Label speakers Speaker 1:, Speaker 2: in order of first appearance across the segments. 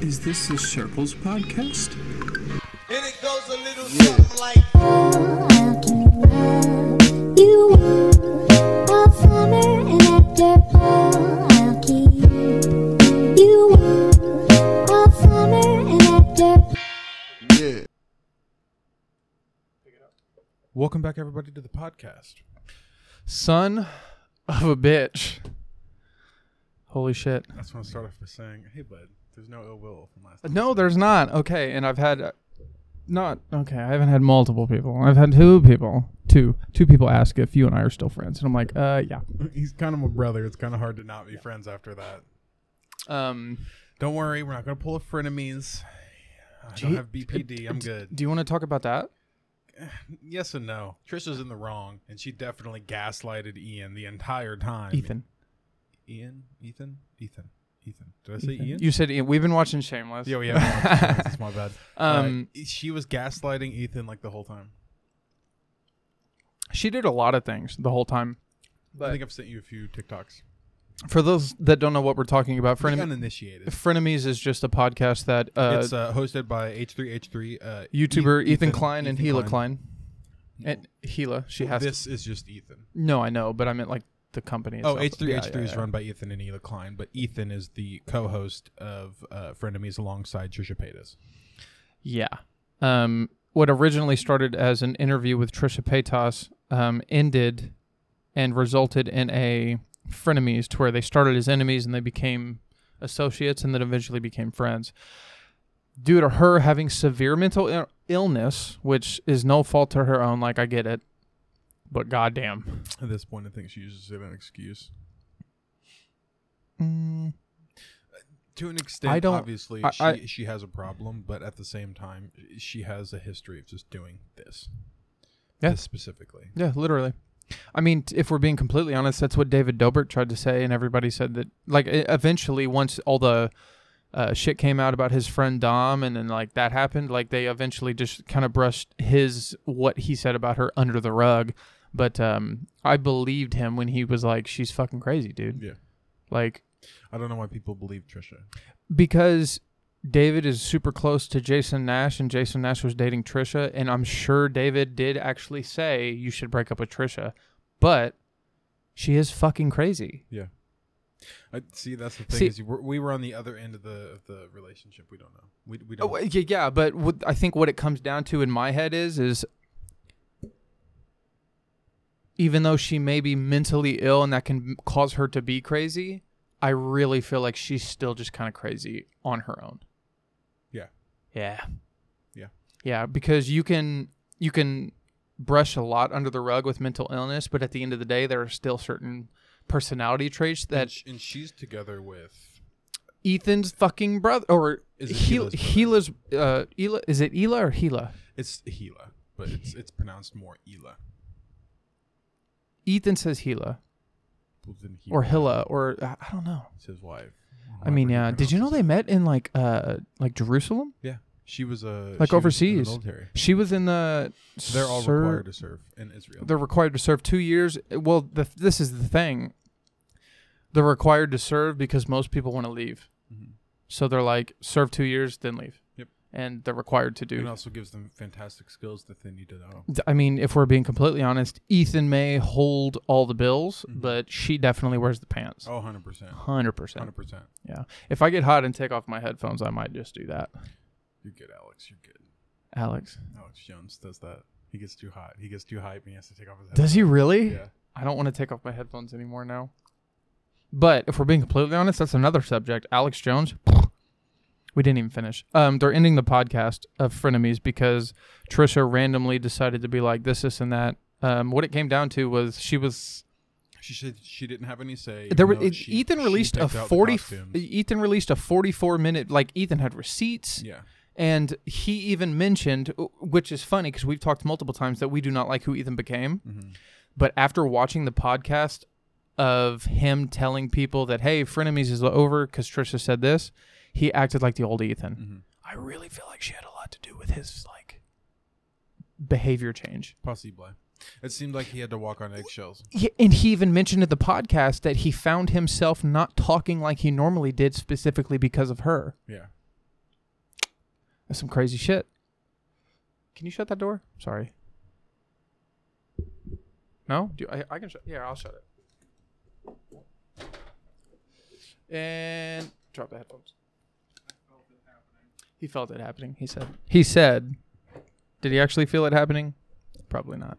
Speaker 1: Is this the Circles podcast?
Speaker 2: And it goes a little something like.
Speaker 3: Welcome back, everybody, to the podcast. Son of a bitch. Holy shit.
Speaker 4: I just want to start off by saying, hey, bud, there's no ill will from last
Speaker 3: No, there's not. Okay, and I've had uh, not okay. I haven't had multiple people. I've had two people, two two people ask if you and I are still friends, and I'm like, uh, yeah.
Speaker 4: time. He's kind of my brother. It's kind of hard to not be friends after that.
Speaker 3: Um,
Speaker 4: Don't worry, we're not going to pull a frenemies. I
Speaker 3: Gee,
Speaker 4: don't have BPD. I'm good.
Speaker 3: do you want to talk about that?
Speaker 4: Yes and no. Trisha's in the wrong, and she definitely gaslighted Ian the entire time.
Speaker 3: Ethan,
Speaker 4: Ian? Ethan? Ethan. Ethan. Did I say Ian?
Speaker 3: you said Ian. We've been watching Shameless.
Speaker 4: yeah, we have. It's my bad.
Speaker 3: Um,
Speaker 4: Uh, she was gaslighting Ethan like the whole time.
Speaker 3: she did a lot of things the whole time.
Speaker 4: I think I've sent you a few TikToks.
Speaker 3: For those that don't know what we're talking about,
Speaker 4: Pretty
Speaker 3: frenem-
Speaker 4: uninitiated.
Speaker 3: frenemies is just a podcast that uh,
Speaker 4: it's uh, hosted by H3H3. Uh,
Speaker 3: YouTuber
Speaker 4: E-
Speaker 3: Ethan, Klein and
Speaker 4: Ethan
Speaker 3: Gila Klein. And Gila, she has
Speaker 4: This is just Ethan.
Speaker 3: to. No, I know, but I meant like the company.
Speaker 4: Oh,
Speaker 3: Itself.
Speaker 4: H three
Speaker 3: Yeah,
Speaker 4: H three
Speaker 3: yeah,
Speaker 4: is
Speaker 3: yeah.
Speaker 4: run by Ethan and Ela Klein, but Ethan is the co-host of uh, Frenemies alongside Trisha Paytas.
Speaker 3: Yeah. Um, what originally started as an interview with Trisha Paytas um, ended and resulted in a frenemies to where they started as enemies and they became associates and then eventually became friends. Due to her having severe mental Ill- illness, which is no fault to her own, like I get it, but goddamn.
Speaker 4: At this point, I think she uses it as an excuse
Speaker 3: Mm,
Speaker 4: to an extent.
Speaker 3: I don't-
Speaker 4: obviously
Speaker 3: I-
Speaker 4: she,
Speaker 3: I-
Speaker 4: she has a problem, but at the same time, she has a history of just doing this.
Speaker 3: Yeah.
Speaker 4: This specifically.
Speaker 3: Yeah, literally. I mean, t- if we're being completely honest, that's what David Dobrik tried to say, and everybody said that. Like, e- eventually, once all the uh, shit came out about his friend Dom, and then like that happened, like they eventually just kind of brushed his what he said about her under the rug. But um, I believed him when he was like, "She's fucking crazy, dude."
Speaker 4: Yeah.
Speaker 3: Like,
Speaker 4: I don't know why people believe Trisha.
Speaker 3: because David is super close to Jason Nash, and Jason Nash was dating Trisha, and I'm sure David did actually say you should break up with Trisha, but she is fucking crazy.
Speaker 4: Yeah. I see. That's the thing
Speaker 3: See-
Speaker 4: is you were, we were on the other end of the of the relationship. We don't know. We we don't.
Speaker 3: Oh, yeah, yeah, but what, I think what it comes down to in my head is is even though she may be mentally ill and that can cause her to be crazy, I really feel like she's still just kind of crazy on her own.
Speaker 4: yeah.
Speaker 3: Yeah.
Speaker 4: Yeah.
Speaker 3: Yeah, because you can you can brush a lot under the rug with mental illness, but at the end of the day there are still certain personality traits
Speaker 4: And,
Speaker 3: that
Speaker 4: sh- and she's together with
Speaker 3: Ethan's fucking brother or
Speaker 4: Is it
Speaker 3: Hel- Hila's
Speaker 4: Hila's
Speaker 3: uh Hila is it Hila or Hila?
Speaker 4: it's Hela, but it's it's pronounced more Ela.
Speaker 3: Ethan says Hila
Speaker 4: than he
Speaker 3: or
Speaker 4: was.
Speaker 3: Hilla or uh, I I don't know.
Speaker 4: It's his wife.
Speaker 3: I mean,
Speaker 4: However
Speaker 3: yeah.
Speaker 4: he
Speaker 3: Did you know
Speaker 4: pronounces
Speaker 3: they met in like uh like Jerusalem?
Speaker 4: it. Yeah, she was a
Speaker 3: Like
Speaker 4: she was in the
Speaker 3: overseas.
Speaker 4: military.
Speaker 3: She was in the
Speaker 4: They're all
Speaker 3: Ser-
Speaker 4: required to serve in Israel.
Speaker 3: they're required to serve two years. Well, the, this is the thing. They're required to serve because most people want to leave.
Speaker 4: Mhm.
Speaker 3: So they're like, serve two years, then leave.
Speaker 4: Yep.
Speaker 3: And they're required to
Speaker 4: It
Speaker 3: do.
Speaker 4: also gives them fantastic skills that they need to know.
Speaker 3: D- I mean, if we're being completely honest, Ethan may hold all the bills, but she definitely wears the pants.
Speaker 4: Mm-hmm. Oh, 100 percent,
Speaker 3: 100%.
Speaker 4: hundred percent.
Speaker 3: Yeah. If I get hot and take off my headphones, I might just do that.
Speaker 4: You're good, Alex. You're good.
Speaker 3: Alex.
Speaker 4: Alex Jones does that. He gets too hot. He gets too hype and he has to take off his.
Speaker 3: Does he really?
Speaker 4: Yeah.
Speaker 3: I don't want to take off my headphones anymore now. But if we're being completely honest, that's another subject. Alex Jones. We didn't even finish. Um, they're ending the podcast of frenemies because Trisha randomly decided to be like this, this, and that. Um, what it came down to was she was
Speaker 4: She said she didn't have any say.
Speaker 3: there.
Speaker 4: even
Speaker 3: Was,
Speaker 4: though
Speaker 3: it-
Speaker 4: she-
Speaker 3: Ethan
Speaker 4: she
Speaker 3: released a
Speaker 4: picked out the
Speaker 3: forty.
Speaker 4: costumes.
Speaker 3: Ethan released a forty-four minute. Like Ethan had receipts.
Speaker 4: Yeah.
Speaker 3: And he even mentioned, which is funny because we've talked multiple times that we do not like who Ethan became.
Speaker 4: Mm-hmm.
Speaker 3: But after watching the podcast of him telling people that, hey, Frenemies is over because Trisha said this, he acted like the old
Speaker 4: Mm-hmm.
Speaker 3: Ethan. I really feel like she had a lot to do with his, like, behavior change.
Speaker 4: Possibly. It seemed like he had to walk on eggshells.
Speaker 3: He, and he even mentioned in the podcast that he found himself not talking like he normally did specifically because of her.
Speaker 4: Yeah.
Speaker 3: That's some crazy shit. Can you shut that door? Sorry. No? Do I, I can shut Yeah, I'll shut it. And drop the headphones. He felt it happening, he said. He said. Did he actually feel it happening? Probably not.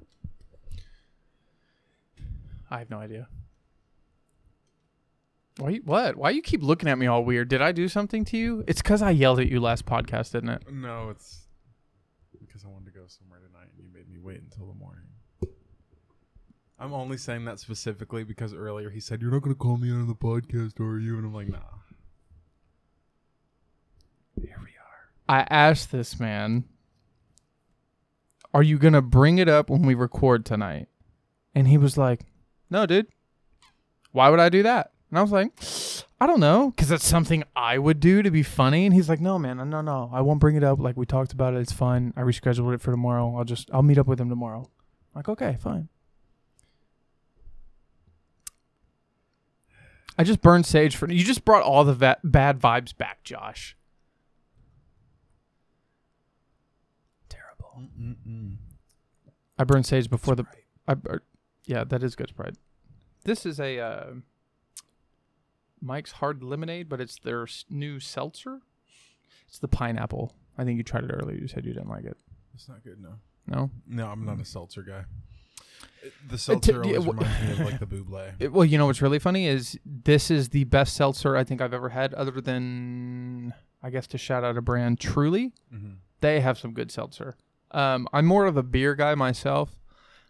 Speaker 3: I have no idea. Why you, what? Why you keep looking at me all weird? Did I do something to you? It's cuz I yelled at you last podcast, didn't it?
Speaker 4: No, it's because I wanted to go somewhere tonight and you made me wait until the morning. I'm only saying that specifically because earlier he said, You're not going to call me on the podcast, are you? And I'm like, Nah. Here we are.
Speaker 3: I asked this man, "Are you going to bring it up when we record tonight?" And he was like, "No, dude. Why would I do that?" And I was like, "I don't know, cuz that's something I would do to be funny." And he's like, "No, man. No, no. I won't bring it up. Like we talked about it. It's fine. I rescheduled it for tomorrow. I'll just I'll meet up with him tomorrow." I'm like, "Okay, fine." I just burned sage for you. Just brought all the va- bad vibes back, Josh. Terrible.
Speaker 4: Mm-mm.
Speaker 3: I burned sage before the. I bur- yeah, that is good Sprite. This is a uh, Mike's Hard Lemonade, but it's their s- new seltzer. It's the pineapple. I think you tried it earlier. You said you didn't like it.
Speaker 4: It's not good, no.
Speaker 3: No.
Speaker 4: No, I'm not a seltzer guy. It- The seltzer
Speaker 3: Uh, yeah,
Speaker 4: always
Speaker 3: wh-
Speaker 4: reminds me of like the buble.
Speaker 3: It- well, you know what's really funny is this is the best seltzer I think I've ever had, other than I guess to shout out a brand, Truly.
Speaker 4: Mhm.
Speaker 3: They have some good seltzer. Um, I'm more of a beer guy myself,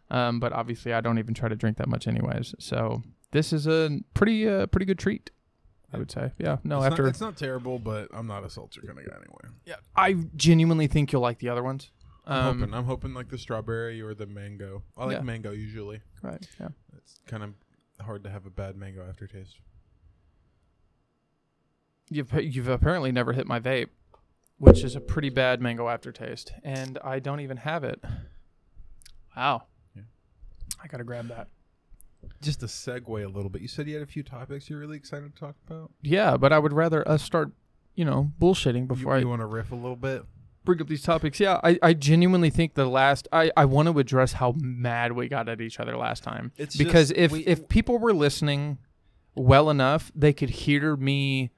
Speaker 3: um, but obviously I don't even try to drink that much anyways. So this is a pretty uh, pretty good treat, I would say. Yeah. No,
Speaker 4: it's,
Speaker 3: after
Speaker 4: not, it's not terrible, but I'm not a seltzer kind of guy anyway.
Speaker 3: yeah, I genuinely think you'll like the other ones.
Speaker 4: I'm
Speaker 3: Um,
Speaker 4: hoping. I'm hoping like the strawberry or the mango. I like
Speaker 3: Yeah.
Speaker 4: mango usually.
Speaker 3: right. Yeah.
Speaker 4: It's kind of hard to have a bad mango aftertaste.
Speaker 3: You've you've apparently never hit my vape, which is a pretty bad mango aftertaste, and I don't even have it. Wow.
Speaker 4: Yeah.
Speaker 3: I gotta grab that.
Speaker 4: Just to segue a little bit, you said you had a few topics you're really excited to talk about.
Speaker 3: Yeah, but I would rather us start, you know, bullshitting
Speaker 4: You,
Speaker 3: before I
Speaker 4: you want to riff a little bit?
Speaker 3: bring up these topics. Yeah, I, I genuinely think the last I, I want to address how mad we got at each other last time.
Speaker 4: It's
Speaker 3: because
Speaker 4: just-
Speaker 3: if
Speaker 4: we-
Speaker 3: if people were listening well enough, they could hear me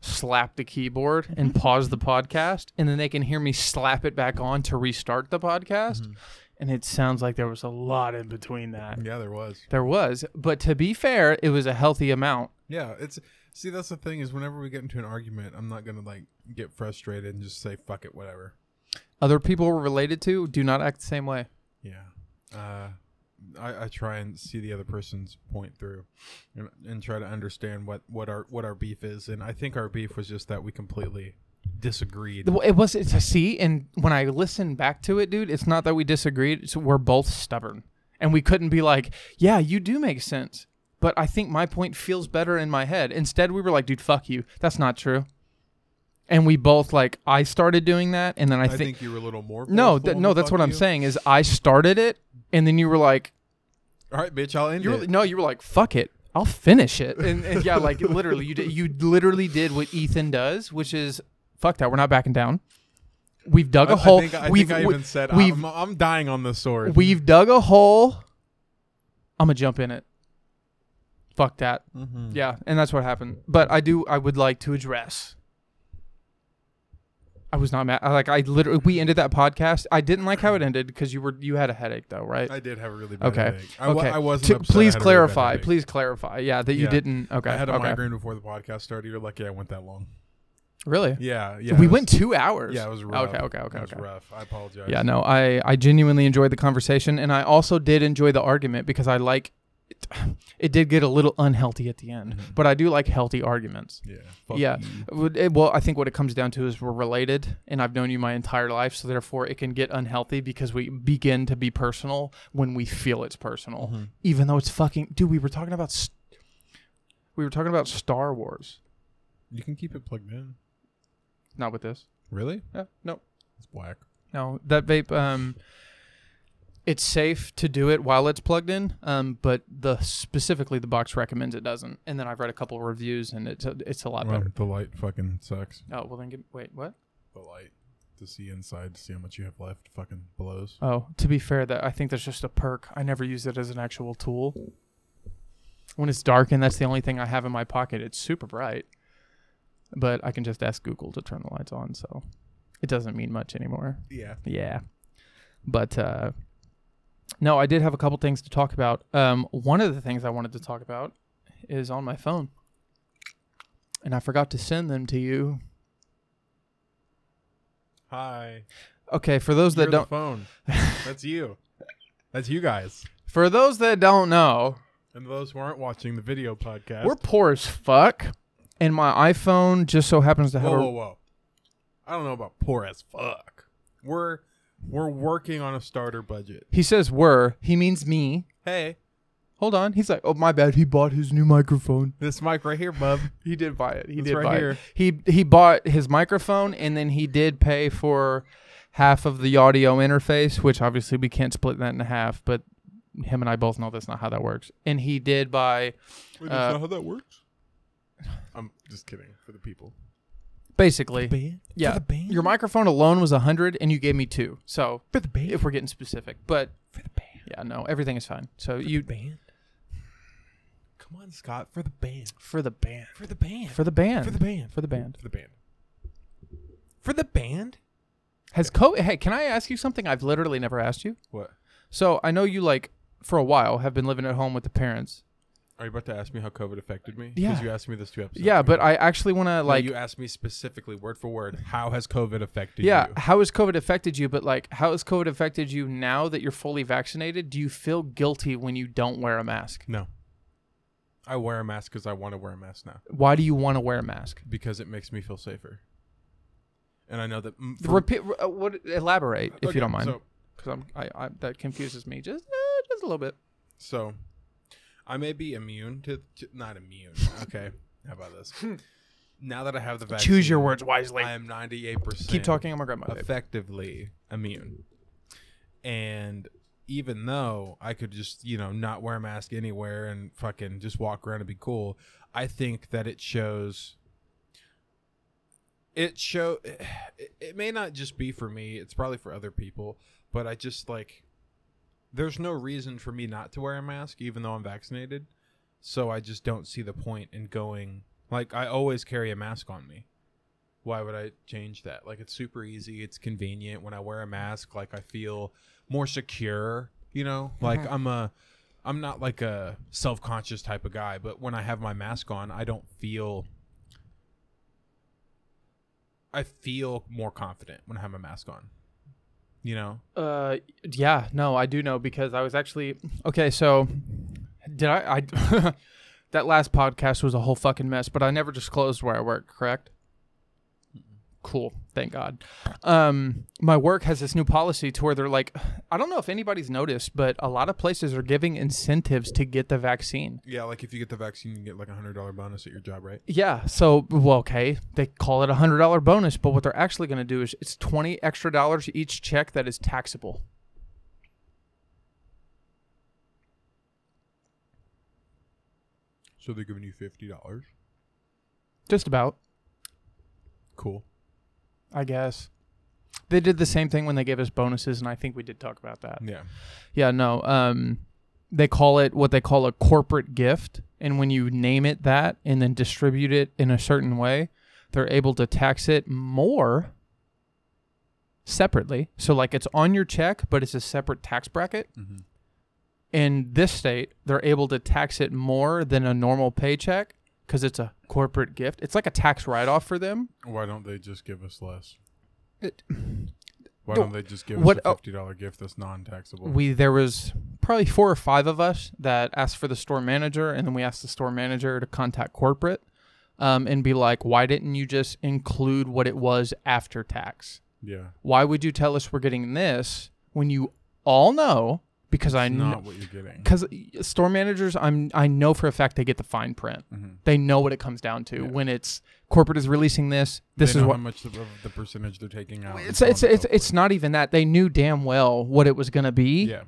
Speaker 3: slap the keyboard and
Speaker 4: Mm-hmm.
Speaker 3: pause the podcast, and then they can hear me slap it back on to restart the podcast.
Speaker 4: Mm-hmm.
Speaker 3: And it sounds like there was a lot in between that.
Speaker 4: Yeah, there was.
Speaker 3: There was, but to be fair, it was a healthy amount.
Speaker 4: Yeah, it's see that's the thing is whenever we get into an argument, I'm not gonna like get frustrated and just say fuck it, whatever.
Speaker 3: Other people we're related to do not act the same way.
Speaker 4: Yeah. Uh, I, I try and see the other person's point through and, and try to understand what, what our what our beef is. And I think our beef was just that we completely disagreed.
Speaker 3: The- It was it's a see, and when I listen back to it, dude, it's not that we disagreed. It's we're both stubborn, and we couldn't be like, yeah, you do make sense, but I think my point feels better in my head. Instead, we were like, dude, fuck you. That's not true. And we both like, I started doing that, and then I,
Speaker 4: I,
Speaker 3: think,
Speaker 4: think, you were a little more.
Speaker 3: no,
Speaker 4: forceful
Speaker 3: that
Speaker 4: in
Speaker 3: no,
Speaker 4: the
Speaker 3: that's
Speaker 4: fuck
Speaker 3: what I'm
Speaker 4: you.
Speaker 3: saying is I started it, and then you were like,
Speaker 4: All right, bitch, I'll end
Speaker 3: you were,
Speaker 4: it.
Speaker 3: no, you were like, fuck it. I'll finish it. And, and yeah, like literally, you did, you literally did what Ethan does, which is fuck that. We're not backing down. We've dug
Speaker 4: I-
Speaker 3: a hole.
Speaker 4: I think, I,
Speaker 3: we've
Speaker 4: think I
Speaker 3: we-
Speaker 4: even said
Speaker 3: we've
Speaker 4: I'm, I'm dying on this sword.
Speaker 3: we've dug a hole. I'm gonna jump in it. Fuck that.
Speaker 4: Mhm.
Speaker 3: Yeah, and that's what happened. But I do. I would like to address. I was not mad. I, Like I literally, we ended that podcast. I didn't like how it ended because you were you had a headache though, right?
Speaker 4: I did have a really bad
Speaker 3: Okay.
Speaker 4: headache. I, wa-
Speaker 3: okay.
Speaker 4: I wasn't.
Speaker 3: To-
Speaker 4: upset, I
Speaker 3: please
Speaker 4: had a really bad
Speaker 3: clarify.
Speaker 4: headache.
Speaker 3: please clarify. Yeah, that you
Speaker 4: Yeah.
Speaker 3: didn't. Okay.
Speaker 4: I had a
Speaker 3: okay.
Speaker 4: migraine before the podcast started. You're lucky I went that long.
Speaker 3: Really?
Speaker 4: Yeah, yeah.
Speaker 3: we
Speaker 4: it was-
Speaker 3: went two hours.
Speaker 4: Yeah, it was rough.
Speaker 3: Okay. Okay. Okay.
Speaker 4: It was
Speaker 3: Okay.
Speaker 4: rough. I apologize.
Speaker 3: Yeah. No, I I genuinely enjoyed the conversation, and I also did enjoy the argument because I like. It, it did get a little unhealthy at the end, but I do like healthy arguments.
Speaker 4: Mm-hmm. Yeah. fuck
Speaker 3: yeah.
Speaker 4: you.
Speaker 3: Would- it- well, I think what it comes down to is we're related, and I've known you my entire life, so therefore it can get unhealthy because we begin to be personal when we feel it's personal, even though it's fucking. Dude, we were talking about. St- we were talking about Star Wars,
Speaker 4: You can keep it plugged in.
Speaker 3: not with this.
Speaker 4: Really?
Speaker 3: Yeah. No.
Speaker 4: It's black.
Speaker 3: No, that vape. Um, it's safe to do it while it's plugged in, um, but the specifically the box recommends it doesn't. And then I've read a couple of reviews, and it's a, it's a lot
Speaker 4: Well,
Speaker 3: better.
Speaker 4: the light fucking sucks.
Speaker 3: Oh well, then give, wait, what?
Speaker 4: The light. to see inside to see how much you have left. Fucking blows.
Speaker 3: Oh, to be fair, that I think that's just a perk. I never use it as an actual tool. When it's dark and that's the only thing I have in my pocket, it's super bright. But I can just ask Google to turn the lights on, so it doesn't mean much anymore.
Speaker 4: Yeah.
Speaker 3: Yeah. But uh no, I did have a couple things to talk about. Um one of the things I wanted to talk about is on my phone. And I forgot to send them to you.
Speaker 4: Hi.
Speaker 3: Okay, for those that
Speaker 4: You're
Speaker 3: don't
Speaker 4: the phone. That's you. That's you guys.
Speaker 3: for those that don't know,
Speaker 4: And those who aren't watching the video podcast.
Speaker 3: we're poor as fuck. And my iPhone just so happens to have
Speaker 4: whoa,
Speaker 3: a
Speaker 4: whoa, whoa. I don't know about poor as fuck. We're we're working on a starter budget.
Speaker 3: He says were. He means me.
Speaker 4: Hey,
Speaker 3: Hold on. He's like, oh my bad. He bought his new microphone.
Speaker 4: this mic right here, bub.
Speaker 3: He did buy it. He
Speaker 4: It's
Speaker 3: did
Speaker 4: right
Speaker 3: buy
Speaker 4: here.
Speaker 3: it. He he bought his microphone and then he did pay for half of the audio interface, which obviously we can't split that in half, but him and I both know that's not how that works. And he did buy
Speaker 4: Wait,
Speaker 3: that's Uh, not
Speaker 4: how that works. I'm just kidding for the people.
Speaker 3: basically yeah. Your microphone alone was a hundred and you gave me two. So
Speaker 5: For the band.
Speaker 3: if we're getting specific. But
Speaker 5: For the band.
Speaker 3: yeah, no, everything is fine. So you
Speaker 5: band. Come on, Scott. For the band.
Speaker 3: for the band.
Speaker 5: For the band.
Speaker 3: For the band.
Speaker 5: For the band.
Speaker 3: For the band.
Speaker 4: For the band.
Speaker 5: For the band.
Speaker 3: Has COVID? Hey, can I ask you something I've literally never asked you?
Speaker 4: What?
Speaker 3: So I know you like for a while have been living at home with the parents.
Speaker 4: Are you about to ask me how COVID affected me?
Speaker 3: Yeah.
Speaker 4: Because you asked me this two episodes.
Speaker 3: yeah,
Speaker 4: ago.
Speaker 3: but I actually want to
Speaker 4: No,
Speaker 3: like.
Speaker 4: you asked me specifically, word for word, how has COVID affected
Speaker 3: yeah,
Speaker 4: you?
Speaker 3: how has COVID affected you? But like, how has COVID affected you now that you're fully vaccinated? Do you feel guilty when you don't wear a mask?
Speaker 4: No. I wear a mask because I want to wear a mask now
Speaker 3: Why do you want to wear a mask?
Speaker 4: because it makes me feel safer. And I know that. mm, for-
Speaker 3: Repeat. uh, What? Elaborate if
Speaker 4: Okay,
Speaker 3: you don't mind,
Speaker 4: So,
Speaker 3: because I'm. I, I that confuses me just uh, just a little bit.
Speaker 4: so I may be immune to, to not immune. Okay, how about this? Now that I have the vaccine,
Speaker 3: wisely.
Speaker 4: I am ninety-eight percent.
Speaker 3: Keep talking. I'm gonna grab my vape.
Speaker 4: effectively immune. And even though I could just, you know, not wear a mask anywhere and fucking just walk around and be cool, I think that it shows it show it, it may not just be for me, it's probably for other people, but I just like there's no reason for me not to wear a mask even though I'm vaccinated. So I just don't see the point in going like I always carry a mask on me why would I change that? Like it's super easy, it's convenient. When I wear a mask, like I feel more secure, you know? Like I'm a I'm not like a self-conscious type of guy, but when I have my mask on, I don't feel I feel more confident when I have my mask on. You know?
Speaker 3: Uh, yeah, no, I do know because I was actually okay. So, did I? I that last podcast was a whole fucking mess, but I never disclosed where I work. Correct. Cool. Thank God. Um, my work has this new policy to where they're like, I don't know if anybody's noticed, but a lot of places are giving incentives to get the vaccine.
Speaker 4: Yeah, like if you get the vaccine, you get like a hundred dollar bonus at your job, right?
Speaker 3: Yeah. So, well, okay, they call it a hundred dollar bonus, but what they're actually going to do is it's twenty extra dollars each check that is taxable.
Speaker 4: So they're giving you fifty dollars.
Speaker 3: Just about.
Speaker 4: Cool.
Speaker 3: I guess. They did the same thing when they gave us bonuses, and I think we did talk about that.
Speaker 4: Yeah.
Speaker 3: Yeah, no. Um, they call it what they call a corporate gift, and when you name it that and then distribute it in a certain way, they're able to tax it more separately. So like it's on your check, but it's a separate tax bracket.
Speaker 4: Mhm.
Speaker 3: In this state, they're able to tax it more than a normal paycheck because it's a corporate gift. It's like a tax write-off for them.
Speaker 4: Why don't they just give us less?
Speaker 3: It-
Speaker 4: Why
Speaker 3: No,
Speaker 4: don't they just give
Speaker 3: what-
Speaker 4: us a
Speaker 3: oh.
Speaker 4: fifty dollar gift that's non taxable?
Speaker 3: we there was probably four or five of us that asked for the store manager and then we asked the store manager to contact corporate um, and be like why didn't you just include what it was after tax
Speaker 4: yeah,
Speaker 3: why would you tell us we're getting this when you all know because i
Speaker 4: it's
Speaker 3: know
Speaker 4: not what you're getting.
Speaker 3: because uh, store managers i'm i know for a fact they get the fine print
Speaker 4: Mhm.
Speaker 3: they know what it comes down to
Speaker 4: Yeah.
Speaker 3: when it's corporate is releasing this this
Speaker 4: they
Speaker 3: is
Speaker 4: know
Speaker 3: what
Speaker 4: how much of the percentage they're taking out. and
Speaker 3: it's
Speaker 4: so on
Speaker 3: it's
Speaker 4: and so
Speaker 3: it's, it's
Speaker 4: forth.
Speaker 3: not even that they knew damn well what it was going to be
Speaker 4: yeah.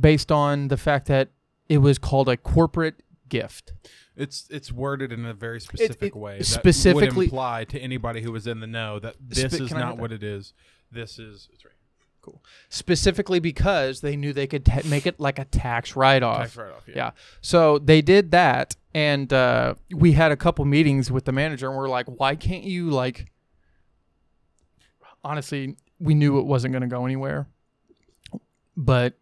Speaker 3: based on the fact that it was called a corporate gift.
Speaker 4: It's it's worded in a very specific
Speaker 3: it-
Speaker 4: way that would
Speaker 3: specifically-
Speaker 4: imply to anybody who was in the know that this
Speaker 3: Spe-
Speaker 4: is
Speaker 3: can I have
Speaker 4: not
Speaker 3: that?
Speaker 4: what it is. This is it's right.
Speaker 3: Specifically because they knew they could ta- make it like a tax write off.
Speaker 4: Tax write-off, yeah.
Speaker 3: So they did that, and uh, we had a couple meetings with the manager, and we are like, why can't you like? Honestly, we knew it wasn't going to go anywhere, but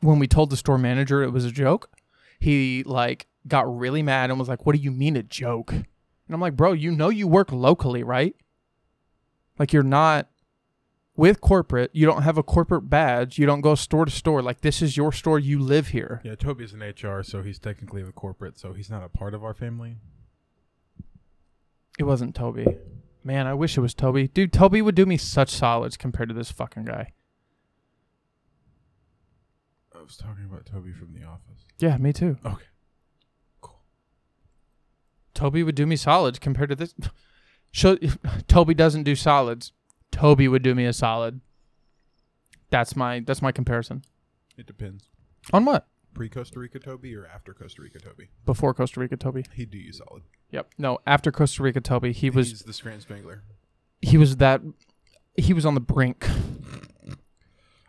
Speaker 3: when we told the store manager it was a joke, he like got really mad and was like, "What do you mean a joke?" And I'm like, "Bro, you know you work locally, right? Like you're not." With corporate, you don't have a corporate badge. You don't go store to store. Like this is your store. You live here.
Speaker 4: Yeah, Toby's in HR, so he's technically the corporate, so he's not a part of our family.
Speaker 3: It wasn't Toby. Man, I wish it was Toby. Dude, Toby would do me such solids compared to this fucking guy.
Speaker 4: I was talking about Toby from the office.
Speaker 3: Yeah, me too.
Speaker 4: Okay.
Speaker 3: Toby would do me solids compared to this. So, Toby doesn't do solids. Toby would do me a solid. That's my that's my comparison.
Speaker 4: It depends.
Speaker 3: On what?
Speaker 4: Pre Costa Rica Toby or after Costa Rica Toby?
Speaker 3: Before Costa Rica Toby.
Speaker 4: He'd do you solid.
Speaker 3: Yep. No, after Costa Rica Toby, he was
Speaker 4: he's the Scranton Spangler.
Speaker 3: he was that he was on the brink.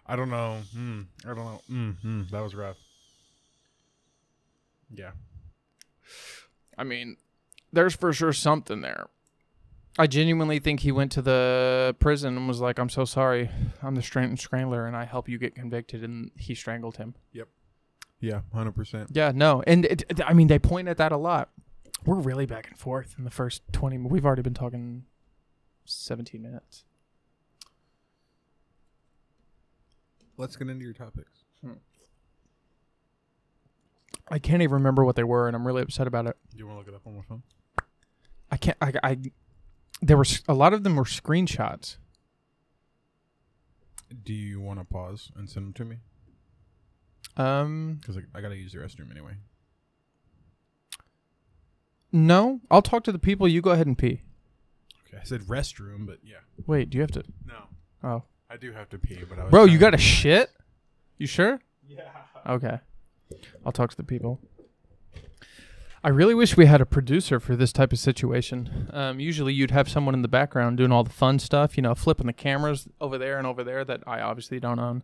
Speaker 4: I don't know. Mm, I don't know. Mm, mm, that was rough. Yeah.
Speaker 3: I mean, there's for sure something there. I genuinely think he went to the prison and was like, "I'm so sorry, I'm the Scranton Scrambler, and I help you get convicted." And he strangled him.
Speaker 4: Yeah, hundred percent.
Speaker 3: Yeah, no, and it, it- I mean they point at that a lot. We're really back and forth in the first twenty. We've already been talking seventeen minutes.
Speaker 4: Let's get into your topics.
Speaker 3: I can't even remember what they were, and I'm really upset about it.
Speaker 4: Do you want to look it up on my phone?
Speaker 3: I can't. I. I there were s- a lot of them were screenshots.
Speaker 4: Do you want to pause and send them to me?
Speaker 3: Um,
Speaker 4: Because I, I gotta use the restroom anyway.
Speaker 3: no, I'll talk to the people. You go ahead and pee.
Speaker 4: Okay, I said restroom, but yeah.
Speaker 3: Wait, do you have to?
Speaker 4: No,
Speaker 3: Oh.
Speaker 4: I do have to pee, but I was
Speaker 3: Bro, you
Speaker 4: trying-
Speaker 3: got a shit? You sure? Yeah. Okay. I'll talk to the people. I really wish we had a producer for this type of situation. Um, usually, you'd have someone in the background doing all the fun stuff, you know, flipping the cameras over there and over there that I obviously don't own.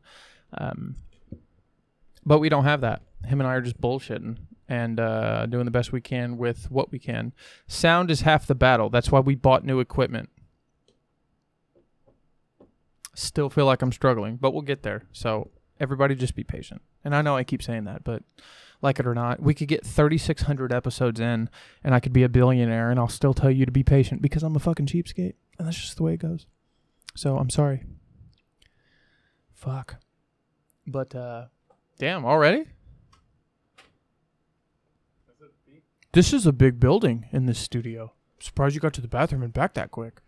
Speaker 3: Um, but we don't have that. Him and I are just bullshitting and uh, doing the best we can with what we can. Sound is half the battle. That's why we bought new equipment still feel like I'm struggling, but we'll get there. So everybody just be patient. And I know I keep saying that, but like it or not, we could get 3600 episodes in and I could be a billionaire and I'll still tell you to be patient because I'm a fucking cheapskate and that's just the way it goes. So I'm sorry. Fuck. But uh damn, already? This is a big building in this studio. Surprised you got to the bathroom and back that quick.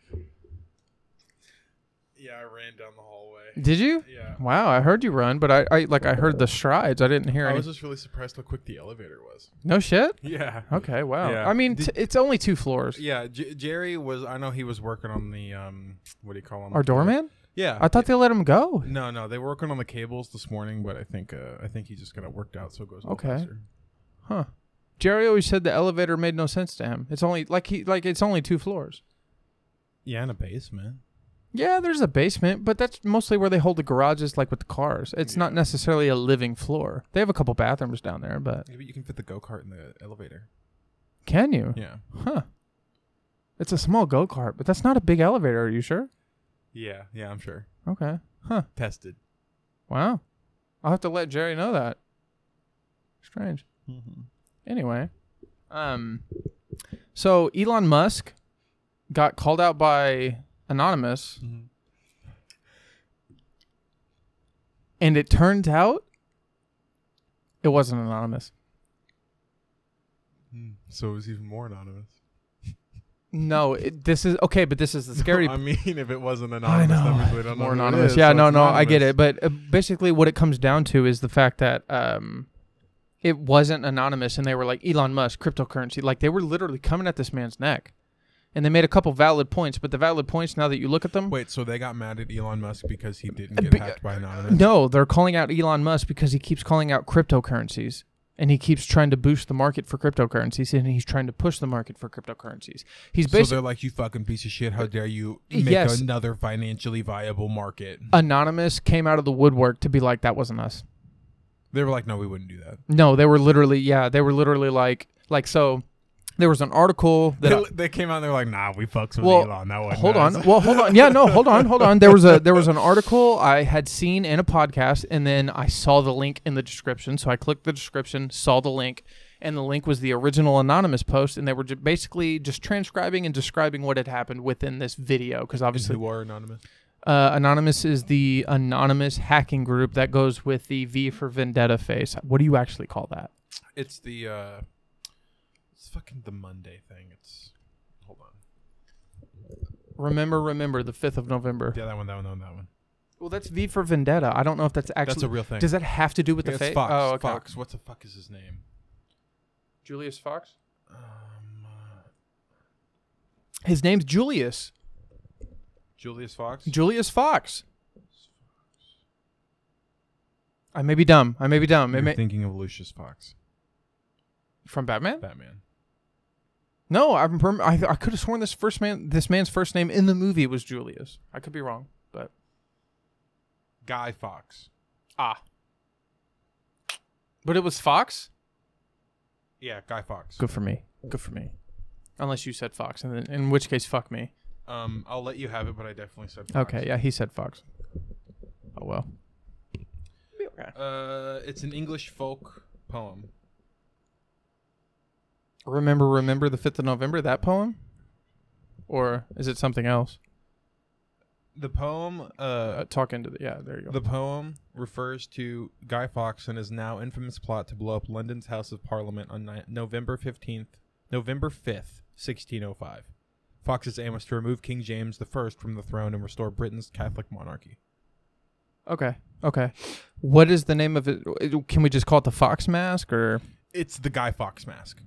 Speaker 4: Yeah, I ran down the hallway.
Speaker 3: Did you?
Speaker 4: Yeah.
Speaker 3: Wow, I heard you run, but I, I like I heard the strides. I didn't hear
Speaker 4: I
Speaker 3: any.
Speaker 4: was just really surprised how quick the elevator was.
Speaker 3: no shit.
Speaker 4: Yeah.
Speaker 3: Okay, wow.
Speaker 4: Yeah.
Speaker 3: I mean, t- it's only two floors.
Speaker 4: Yeah, J- Jerry was. I know he was working on the um. What do you call him?
Speaker 3: Our doorman?
Speaker 4: Yeah.
Speaker 3: I thought they let him go.
Speaker 4: No, no, they were working on the cables this morning, but I think uh, I think he just got it worked out, so it goes. a little
Speaker 3: Okay.
Speaker 4: faster.
Speaker 3: Huh. Jerry always said the elevator made no sense to him. It's only like he like it's only two floors.
Speaker 4: Yeah, in a basement.
Speaker 3: Yeah, there's a basement, but that's mostly where they hold the garages, like with the cars. It's not necessarily a living floor. They have a couple bathrooms down there, but
Speaker 4: Maybe you can fit the go kart in the elevator.
Speaker 3: can you?
Speaker 4: Yeah.
Speaker 3: Huh. It's a small go kart, but that's not a big elevator. Are you sure?
Speaker 4: Yeah. Yeah, I'm sure.
Speaker 3: Okay. Huh.
Speaker 4: Tested.
Speaker 3: Wow. I'll have to let Jerry know that. Strange. Anyway, um, so Elon Musk got called out by Anonymous, and it turns out it wasn't Anonymous. Hmm.
Speaker 4: So it was even more anonymous.
Speaker 3: No, it, this is okay, but this is the scary
Speaker 4: I mean, if it wasn't anonymous,
Speaker 3: know.
Speaker 4: that means we don't know
Speaker 3: more
Speaker 4: who it
Speaker 3: anonymous.
Speaker 4: is,
Speaker 3: yeah,
Speaker 4: so
Speaker 3: no,
Speaker 4: it's
Speaker 3: no, I get
Speaker 4: anonymous.
Speaker 3: it. But uh, basically, what it comes down to is the fact that um, it wasn't anonymous, and they were like Elon Musk, cryptocurrency. Like they were literally coming at this man's neck, and they made a couple valid points. But the valid points, now that you look at them,
Speaker 4: Wait, so they got mad at Elon Musk because he didn't get
Speaker 3: Be-
Speaker 4: hacked by anonymous?
Speaker 3: no, they're calling out Elon Musk because he keeps calling out cryptocurrencies. and he keeps trying to boost the market for cryptocurrencies and he's trying to push the market for cryptocurrencies. He's
Speaker 4: So
Speaker 3: basically
Speaker 4: they're like, you fucking piece of shit. How dare you make
Speaker 3: Uh, Yes. Uh,
Speaker 4: another financially viable market?
Speaker 3: anonymous came out of the woodwork to be like that wasn't us.
Speaker 4: They were like, no, we wouldn't do that.
Speaker 3: No, they were literally yeah, they were literally like like so there was an article that I-
Speaker 4: They, they came out and they're like, nah, we fucks with
Speaker 3: Well,
Speaker 4: Elon. That wasn't
Speaker 3: hold
Speaker 4: us.
Speaker 3: on well hold on yeah no hold on hold on there was a there was an article i had seen in a podcast and then i saw the link in the description so i clicked the description saw the link and the link was the original anonymous post and they were ju- basically just transcribing and describing what had happened within this video because obviously
Speaker 4: Who are anonymous?
Speaker 3: uh, anonymous is the anonymous hacking group that goes with the v for vendetta face what do you actually call that
Speaker 4: It's the uh, it's fucking the Monday thing. It's hold on.
Speaker 3: remember remember the 5th of november
Speaker 4: Yeah, that one, that one, that one, that one.
Speaker 3: well that's v for vendetta i don't know if that's actually
Speaker 4: That's a real thing.
Speaker 3: does that have to do with the
Speaker 4: it's
Speaker 3: face
Speaker 4: Fox.
Speaker 3: oh okay.
Speaker 4: Fox. What the fuck is his name?
Speaker 3: julius fox
Speaker 4: Um, uh,
Speaker 3: His name's Julius.
Speaker 4: Julius Fox.
Speaker 3: Julius Fox. I may be dumb. I may be dumb. It
Speaker 4: You're
Speaker 3: may-
Speaker 4: thinking of Lucius Fox,
Speaker 3: from Batman?
Speaker 4: Batman.
Speaker 3: No, I'm perm- I, I could have sworn this first man, this man's first name in the movie was Julius. I could be wrong, but
Speaker 4: Guy Fox.
Speaker 3: ah. But it was Fox.
Speaker 4: Yeah, Guy Fox.
Speaker 3: Good for me. Good for me. Unless you said Fox, and then, in which case, fuck me.
Speaker 4: Um, I'll let you have it, but I definitely said. Fox.
Speaker 3: Okay, yeah, he said Fox. Oh well.
Speaker 4: Uh, it's an English folk poem.
Speaker 3: Remember, remember the fifth of November. That poem, or is it something else?
Speaker 4: The poem, uh,
Speaker 3: Uh, talk into the yeah. There you go.
Speaker 4: The poem refers to Guy Fawkes and his now infamous plot to blow up London's House of Parliament on ni- November 15th, November 5th, 1605. Fox's aim was to remove King James I from the throne and restore Britain's Catholic monarchy.
Speaker 3: Okay. Okay. What is the name of it? It- Can we just call it the Fox Mask or
Speaker 4: It's the Guy Fawkes mask.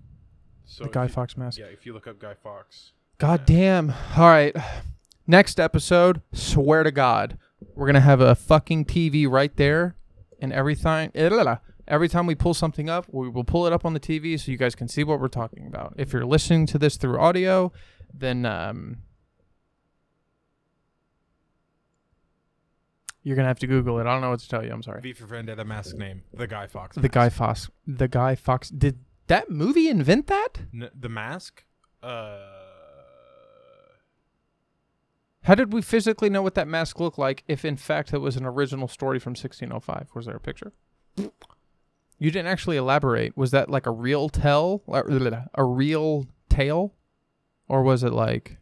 Speaker 4: So
Speaker 3: the Guy Fox Mask?
Speaker 4: Yeah, if you look up Guy Fawkes.
Speaker 3: God damn. All right. Next episode, swear to God, we're going to have a fucking TV right there. And every time, eh, every time we pull something up, we will pull it up on the TV so you guys can see what we're talking about. If you're listening to this through audio, then um, you're going to have to Google it. I don't know what to tell you. I'm sorry.
Speaker 4: V for Vendetta mask name, the Guy Fawkes.
Speaker 3: The
Speaker 4: mask.
Speaker 3: Guy Fox. The Guy Fox. Did that movie invent that?
Speaker 4: N- the mask? Uh,
Speaker 3: How did we physically know what that mask looked like if, in fact, it was an original story from 1605? Was there a picture? You didn't actually elaborate. Was that like a real tell? Or- A real tale? Or was it like.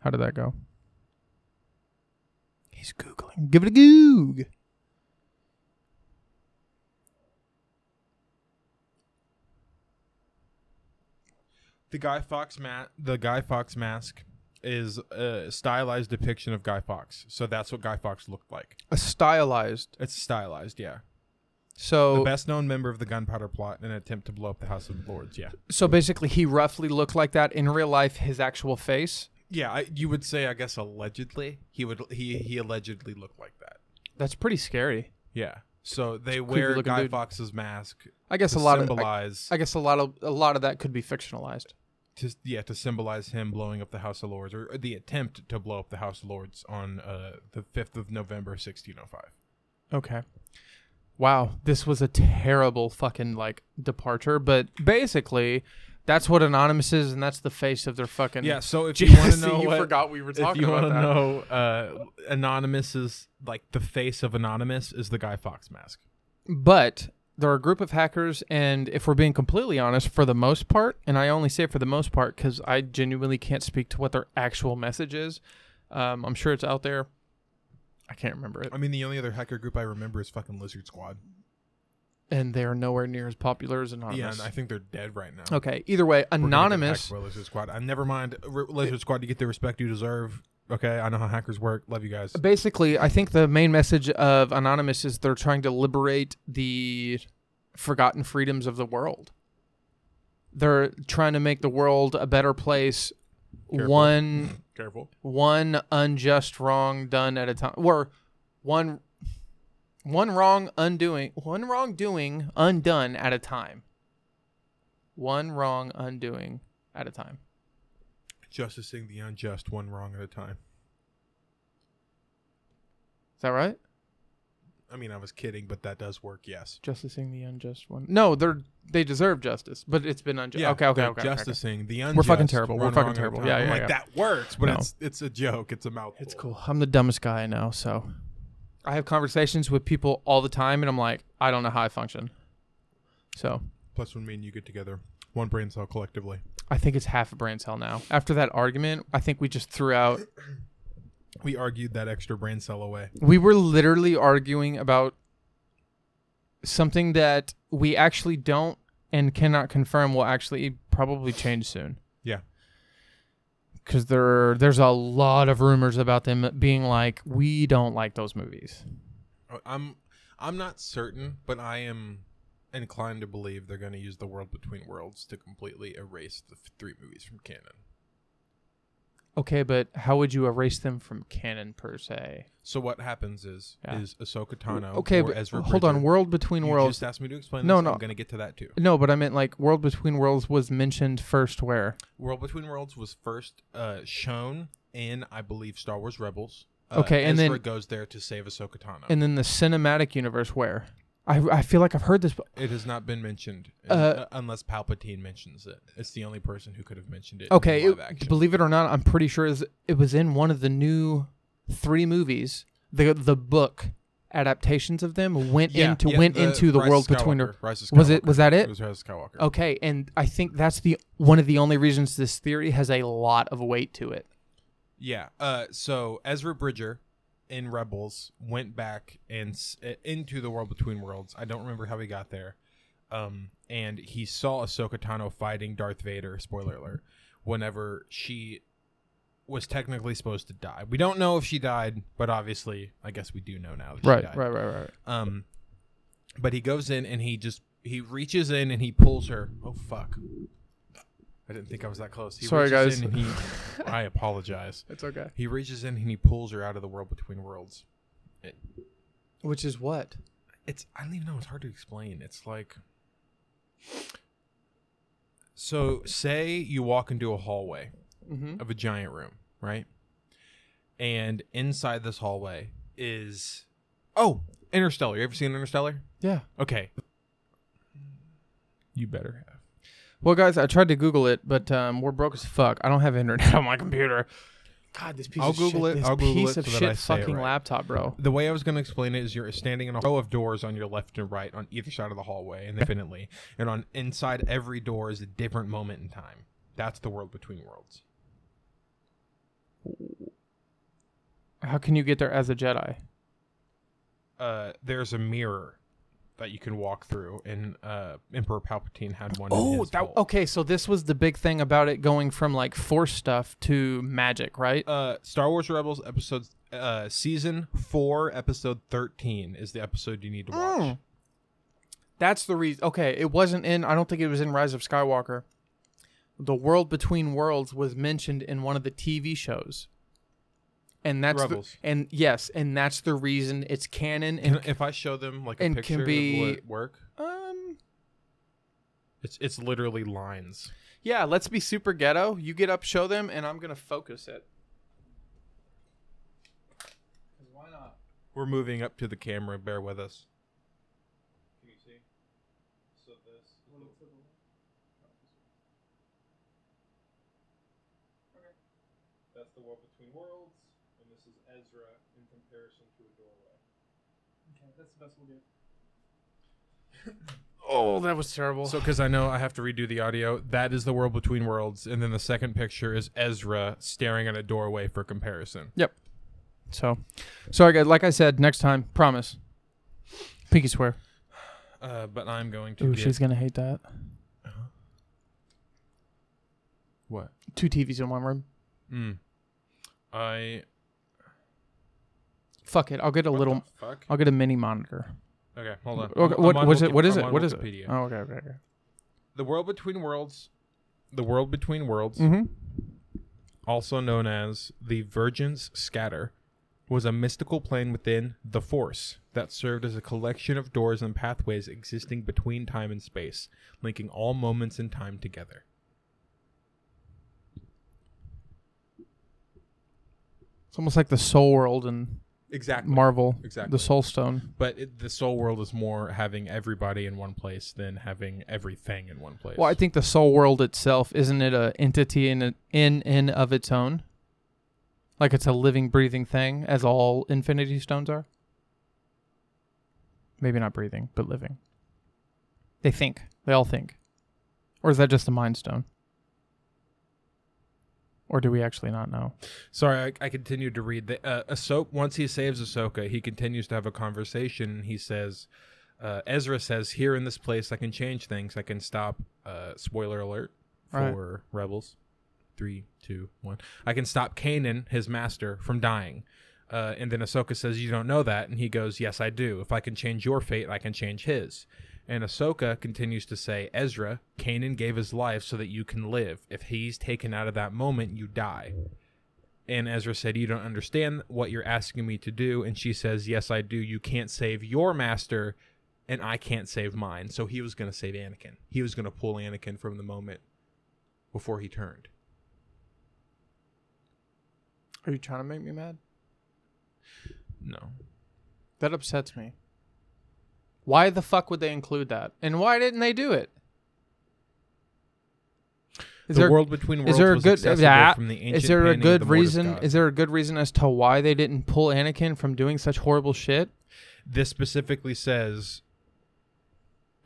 Speaker 3: How did that go? He's Googling. Give it a goog.
Speaker 4: The Guy Fox ma- the Guy Fox mask is a stylized depiction of Guy Fox. So that's what Guy Fox looked like.
Speaker 3: A stylized.
Speaker 4: It's stylized, yeah.
Speaker 3: So.
Speaker 4: The best known member of the gunpowder plot in an attempt to blow up the House of Lords, yeah.
Speaker 3: So basically, he roughly looked like that in real life. His actual face.
Speaker 4: Yeah, I, you would say I guess allegedly. He would he he allegedly looked like that.
Speaker 3: That's pretty scary.
Speaker 4: Yeah. So they
Speaker 3: creepy
Speaker 4: wear
Speaker 3: looking
Speaker 4: Guy
Speaker 3: dude.
Speaker 4: Fox's mask
Speaker 3: I guess
Speaker 4: to
Speaker 3: a lot of I,
Speaker 4: symbolize
Speaker 3: I guess a lot of a lot of that could be fictionalized.
Speaker 4: to, yeah, to symbolize him blowing up the House of Lords or the attempt to blow up the House of Lords on uh, the 5th of November 1605.
Speaker 3: Okay. Wow, this was a terrible fucking like departure, but basically, that's what Anonymous is, and that's the face of their fucking.
Speaker 4: Yeah, so if you
Speaker 3: Jesse,
Speaker 4: want to know
Speaker 3: you
Speaker 4: what,
Speaker 3: forgot we were
Speaker 4: if
Speaker 3: talking
Speaker 4: you
Speaker 3: about
Speaker 4: want to
Speaker 3: that.
Speaker 4: know, uh, Anonymous is like the face of Anonymous is the Guy Fox mask.
Speaker 3: But they're a group of hackers, and if we're being completely honest, for the most part, and I only say for the most part because I genuinely can't speak to what their actual message is. Um, I'm sure it's out there. I can't remember it,
Speaker 4: I mean, the only other hacker group I remember is fucking Lizard Squad.
Speaker 3: and they are nowhere near as popular as
Speaker 4: Yeah,
Speaker 3: Anonymous.
Speaker 4: and I think they're dead right now.
Speaker 3: okay. Either way,
Speaker 4: We're gonna get
Speaker 3: Anonymous.
Speaker 4: hacked by Lizard Squad. I never mind R- Lizard Squad. You get the respect you deserve. Okay, I know how hackers work. Love you guys.
Speaker 3: Basically, I think the main message of Anonymous is they're trying to liberate the forgotten freedoms of the world. They're trying to make the world a better place,
Speaker 4: Careful.
Speaker 3: one
Speaker 4: Careful.
Speaker 3: one unjust wrong done at a time or one One wrong undoing, one wrong doing undone at a time. One wrong undoing at a time.
Speaker 4: Justicing the unjust, one wrong at a time.
Speaker 3: Is that right?
Speaker 4: I mean, I was kidding, but that does work. Yes.
Speaker 3: Justicing the unjust one. No, they're they deserve justice, but it's been unjust. okay, okay,
Speaker 4: the
Speaker 3: okay. okay, okay.
Speaker 4: Justicing the unjust.
Speaker 3: We're fucking terrible. We're
Speaker 4: one
Speaker 3: fucking
Speaker 4: wrong at a
Speaker 3: terrible.
Speaker 4: time.
Speaker 3: Yeah,
Speaker 4: I'm
Speaker 3: yeah,
Speaker 4: like
Speaker 3: yeah.
Speaker 4: that works, but
Speaker 3: No.
Speaker 4: it's it's a joke. It's a mouthful.
Speaker 3: It's cool. I'm the dumbest guy I know, so I have conversations with people all the time, and I'm like, I don't know how I function. So
Speaker 4: Plus, when me and you get together, one brain cell collectively.
Speaker 3: I think it's half a brain cell now. After that argument, I think we just threw out.
Speaker 4: We argued that extra brain cell away.
Speaker 3: We were literally arguing about something that we actually don't and cannot confirm will actually probably change soon.
Speaker 4: Yeah.
Speaker 3: because there there's a lot of rumors about them being like we don't like those movies.
Speaker 4: Uh, I'm I'm not certain, but I am inclined to believe they're going to use the world between worlds to completely erase the f- three movies from canon.
Speaker 3: Okay, but how would you erase them from canon per se?
Speaker 4: So what happens is
Speaker 3: Yeah.
Speaker 4: is Ahsoka Tano
Speaker 3: okay,
Speaker 4: or
Speaker 3: but
Speaker 4: Ezra
Speaker 3: hold on.
Speaker 4: Bridger-
Speaker 3: World Between
Speaker 4: you
Speaker 3: Worlds.
Speaker 4: Just asked me to explain.
Speaker 3: No,
Speaker 4: this.
Speaker 3: no.
Speaker 4: I'm going to get to that too.
Speaker 3: No, but I meant like World Between Worlds was mentioned first. Where?
Speaker 4: World Between Worlds was first uh, shown in, I believe, Star Wars Rebels. Uh,
Speaker 3: Okay, and
Speaker 4: Ezra
Speaker 3: then-
Speaker 4: goes there to save Ahsoka Tano.
Speaker 3: And then the cinematic universe. Where? I I feel like I've heard this. but-
Speaker 4: it has not been mentioned in-
Speaker 3: Uh,
Speaker 4: unless Palpatine mentions it. It's the only person who could have mentioned it. in
Speaker 3: Okay,
Speaker 4: live
Speaker 3: it-
Speaker 4: action.
Speaker 3: believe it or not, I'm pretty sure it was, it was in one of the new three movies. The the book adaptations of them went
Speaker 4: Yeah,
Speaker 3: into
Speaker 4: yeah,
Speaker 3: went
Speaker 4: the
Speaker 3: into the
Speaker 4: Rise of
Speaker 3: World Between.
Speaker 4: Skywalker, Rise of
Speaker 3: Was it-
Speaker 4: Skywalker.
Speaker 3: was that it?
Speaker 4: It was Rise of Skywalker.
Speaker 3: Okay, and I think that's the one of the only reasons this theory has a lot of weight to it.
Speaker 4: Yeah. Uh, so Ezra Bridger in Rebels went back and s- uh, into the world between worlds. I don't remember how he got there. Um, and he saw Ahsoka Tano fighting Darth Vader. Spoiler alert. Whenever she was technically supposed to die, we don't know if she died, but obviously, I guess we do know now. That she died.
Speaker 3: right, right, right.
Speaker 4: Um, but he goes in and he just he reaches in and he pulls her. Oh fuck! I didn't think I was that close. He
Speaker 3: Sorry,
Speaker 4: reaches
Speaker 3: guys.
Speaker 4: In and he, I apologize.
Speaker 3: It's okay.
Speaker 4: He reaches in and he pulls her out of the world between worlds.
Speaker 3: Which is what?
Speaker 4: It's I don't even know. It's hard to explain. It's like so. Say you walk into a hallway
Speaker 3: Mm-hmm.
Speaker 4: of a giant room, right? And inside this hallway is oh, Interstellar. You ever seen Interstellar?
Speaker 3: Yeah.
Speaker 4: Okay. You better have.
Speaker 3: Well, guys, I tried to Google it, but um, we're broke as fuck. I don't have internet on my computer. God, this piece
Speaker 4: I'll
Speaker 3: of
Speaker 4: Google
Speaker 3: shit.
Speaker 4: it.
Speaker 3: This
Speaker 4: I'll Google it
Speaker 3: piece of
Speaker 4: so that I
Speaker 3: shit
Speaker 4: say it
Speaker 3: fucking
Speaker 4: right.
Speaker 3: laptop, bro.
Speaker 4: The way I was going to explain it is you're standing in a row of doors on your left and right on either side of the hallway, and infinitely, and on inside every door is a different moment in time. That's the world between worlds.
Speaker 3: How can you get there as a Jedi?
Speaker 4: Uh, there's a mirror that you can walk through, and uh, Emperor Palpatine had one. in his vault.
Speaker 3: okay. So this was the big thing about it going from like force stuff to magic, right?
Speaker 4: uh, Star Wars Rebels episode uh, season four, episode thirteen is the episode you need to watch.
Speaker 3: That's the reason. Okay, it wasn't in. I don't think it was in Rise of Skywalker. The world between worlds was mentioned in one of the TV shows, and that's the-
Speaker 4: Rebels.
Speaker 3: and yes, and that's the reason it's canon. And
Speaker 4: Can- if I show them like a
Speaker 3: and
Speaker 4: picture,
Speaker 3: can be-
Speaker 4: will it work?
Speaker 3: um,
Speaker 4: It's it's literally lines.
Speaker 3: yeah, let's be super ghetto. You get up, show them, and I'm gonna focus it. Why not?
Speaker 4: We're moving up to the camera. Bear with us. That's the world between worlds, and this is Ezra in comparison to a doorway.
Speaker 3: Oh, that was terrible.
Speaker 4: So, because I know I have to redo the audio, that is the world between worlds, and then the second picture is Ezra staring at a doorway for comparison.
Speaker 3: Yep. So, sorry guys. Like I said, next time, promise. Pinky swear.
Speaker 4: Uh, but I'm going to
Speaker 3: Ooh,
Speaker 4: get
Speaker 3: she's gonna hate that.
Speaker 4: what?
Speaker 3: Two TVs in one room.
Speaker 4: Mm. I
Speaker 3: Fuck it. I'll get a little.
Speaker 4: What the fuck.
Speaker 3: I'll get a mini monitor.
Speaker 4: Okay, hold on.
Speaker 3: Okay,
Speaker 4: I'm-
Speaker 3: what
Speaker 4: I'm on
Speaker 3: was it?
Speaker 4: Wiki-
Speaker 3: What is
Speaker 4: I'm
Speaker 3: it?
Speaker 4: on
Speaker 3: What is
Speaker 4: Wikipedia.
Speaker 3: it? Oh, okay, okay, okay.
Speaker 4: The world between worlds. The world
Speaker 3: Mm.
Speaker 4: between worlds.
Speaker 3: Mm-hmm.
Speaker 4: also known as the Virgin's Scatter, was a mystical plane within the Force that served as a collection of doors and pathways existing between time and space, linking all moments in time together.
Speaker 3: It's almost like the Soul World and
Speaker 4: Exactly.
Speaker 3: Marvel.
Speaker 4: Exactly.
Speaker 3: The Soul Stone.
Speaker 4: but it, the soul world is more having everybody in one place than having everything in one place.
Speaker 3: Well, I think the Soul World itself isn't it a entity in a, in and of its own? Like it's a living, breathing thing, as all Infinity Stones are. Maybe not breathing, but living. They think. They all think. Or is that just the Mind Stone? Or do we actually not know?
Speaker 4: Sorry, I, I continued to read. The, uh, Ahso- once he saves Ahsoka, he continues to have a conversation. and He says, uh, Ezra says, here in this place, I can change things. I can stop, uh, spoiler alert
Speaker 3: Right.
Speaker 4: for Rebels. Three, two, one. I can stop Kanan, his master, from dying. Uh, and then Ahsoka says, You don't know that. And he goes, Yes, I do. If I can change your fate, I can change his. And Ahsoka continues to say, Ezra, Kanan gave his life so that you can live. If he's taken out of that moment, you die. And Ezra said, You don't understand what you're asking me to do. And she says, Yes, I do. You can't save your master, and I can't save mine. So he was going to save Anakin. He was going to pull Anakin from the moment before he turned.
Speaker 3: Are you trying to make me mad?
Speaker 4: No.
Speaker 3: That upsets me. Why the fuck would they include that? And why didn't they do it? Is
Speaker 4: the
Speaker 3: there,
Speaker 4: world between worlds
Speaker 3: is there a
Speaker 4: was
Speaker 3: good
Speaker 4: accessible
Speaker 3: yeah,
Speaker 4: from the ancient
Speaker 3: is there a
Speaker 4: painting of
Speaker 3: good
Speaker 4: the Word of
Speaker 3: reason
Speaker 4: God.
Speaker 3: is there a good reason as to why they didn't pull Anakin from doing such horrible shit?
Speaker 4: this specifically says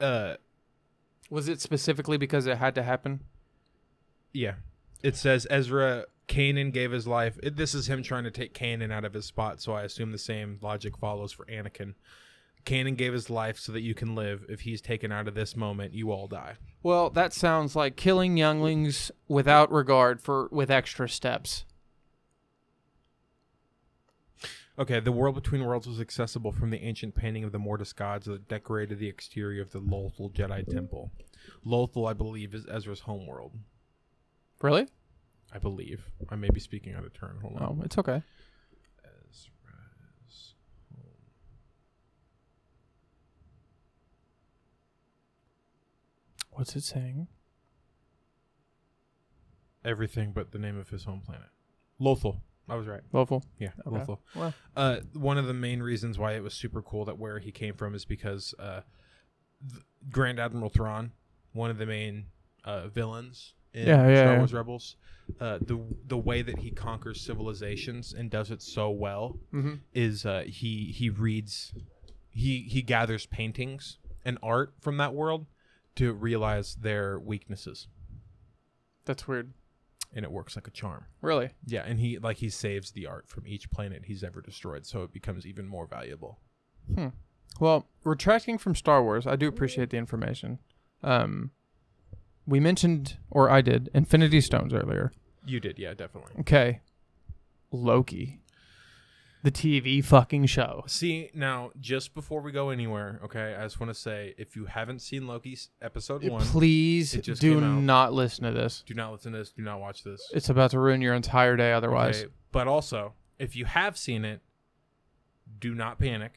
Speaker 4: uh
Speaker 3: Was it specifically because it had to happen?
Speaker 4: yeah it says ezra Kanan gave his life. It, this is him trying to take Kanan out of his spot, so I assume the same logic follows for Anakin. Kanan gave his life so that you can live. If he's taken out of this moment, you all die.
Speaker 3: Well, that sounds like killing younglings without regard for with extra steps.
Speaker 4: Okay, the world between worlds was accessible from the ancient painting of the Mortis gods that decorated the exterior of the Lothal Jedi Temple. Lothal, I believe, is Ezra's homeworld.
Speaker 3: Really?
Speaker 4: I believe. I may be speaking out of turn. Hold on.
Speaker 3: Oh, it's okay. What's it saying?
Speaker 4: everything but the name of his home planet. Lothal. I was right.
Speaker 3: Loveful.
Speaker 4: Yeah,
Speaker 3: Okay.
Speaker 4: Lothal.
Speaker 3: Well,
Speaker 4: Uh, one of the main reasons why it was super cool that where he came from is because uh, th- Grand Admiral Thrawn, one of the main uh, villains in
Speaker 3: Yeah, yeah,
Speaker 4: Star
Speaker 3: yeah.
Speaker 4: Wars Rebels, uh, the the way that he conquers civilizations and does it so well
Speaker 3: Mhm.
Speaker 4: is uh, he he reads he he gathers paintings and art from that world to realize their weaknesses,
Speaker 3: that's weird.
Speaker 4: and it works like a charm.
Speaker 3: Really?
Speaker 4: Yeah, and he like he saves the art from each planet he's ever destroyed, so it becomes even more valuable.
Speaker 3: Well, retracting from Star Wars, I do appreciate the information. Um, we mentioned, or I did, Infinity Stones earlier.
Speaker 4: You did, yeah, definitely.
Speaker 3: Okay. Loki. The TV fucking show.
Speaker 4: See, now just before we go anywhere, okay, I just want to say if you haven't seen Loki's episode one,
Speaker 3: Please
Speaker 4: It just
Speaker 3: do
Speaker 4: came out.
Speaker 3: not listen to this.
Speaker 4: do not listen to this, do not watch this.
Speaker 3: It's about to ruin your entire day otherwise.
Speaker 4: Okay, But also, if you have seen it, do not panic.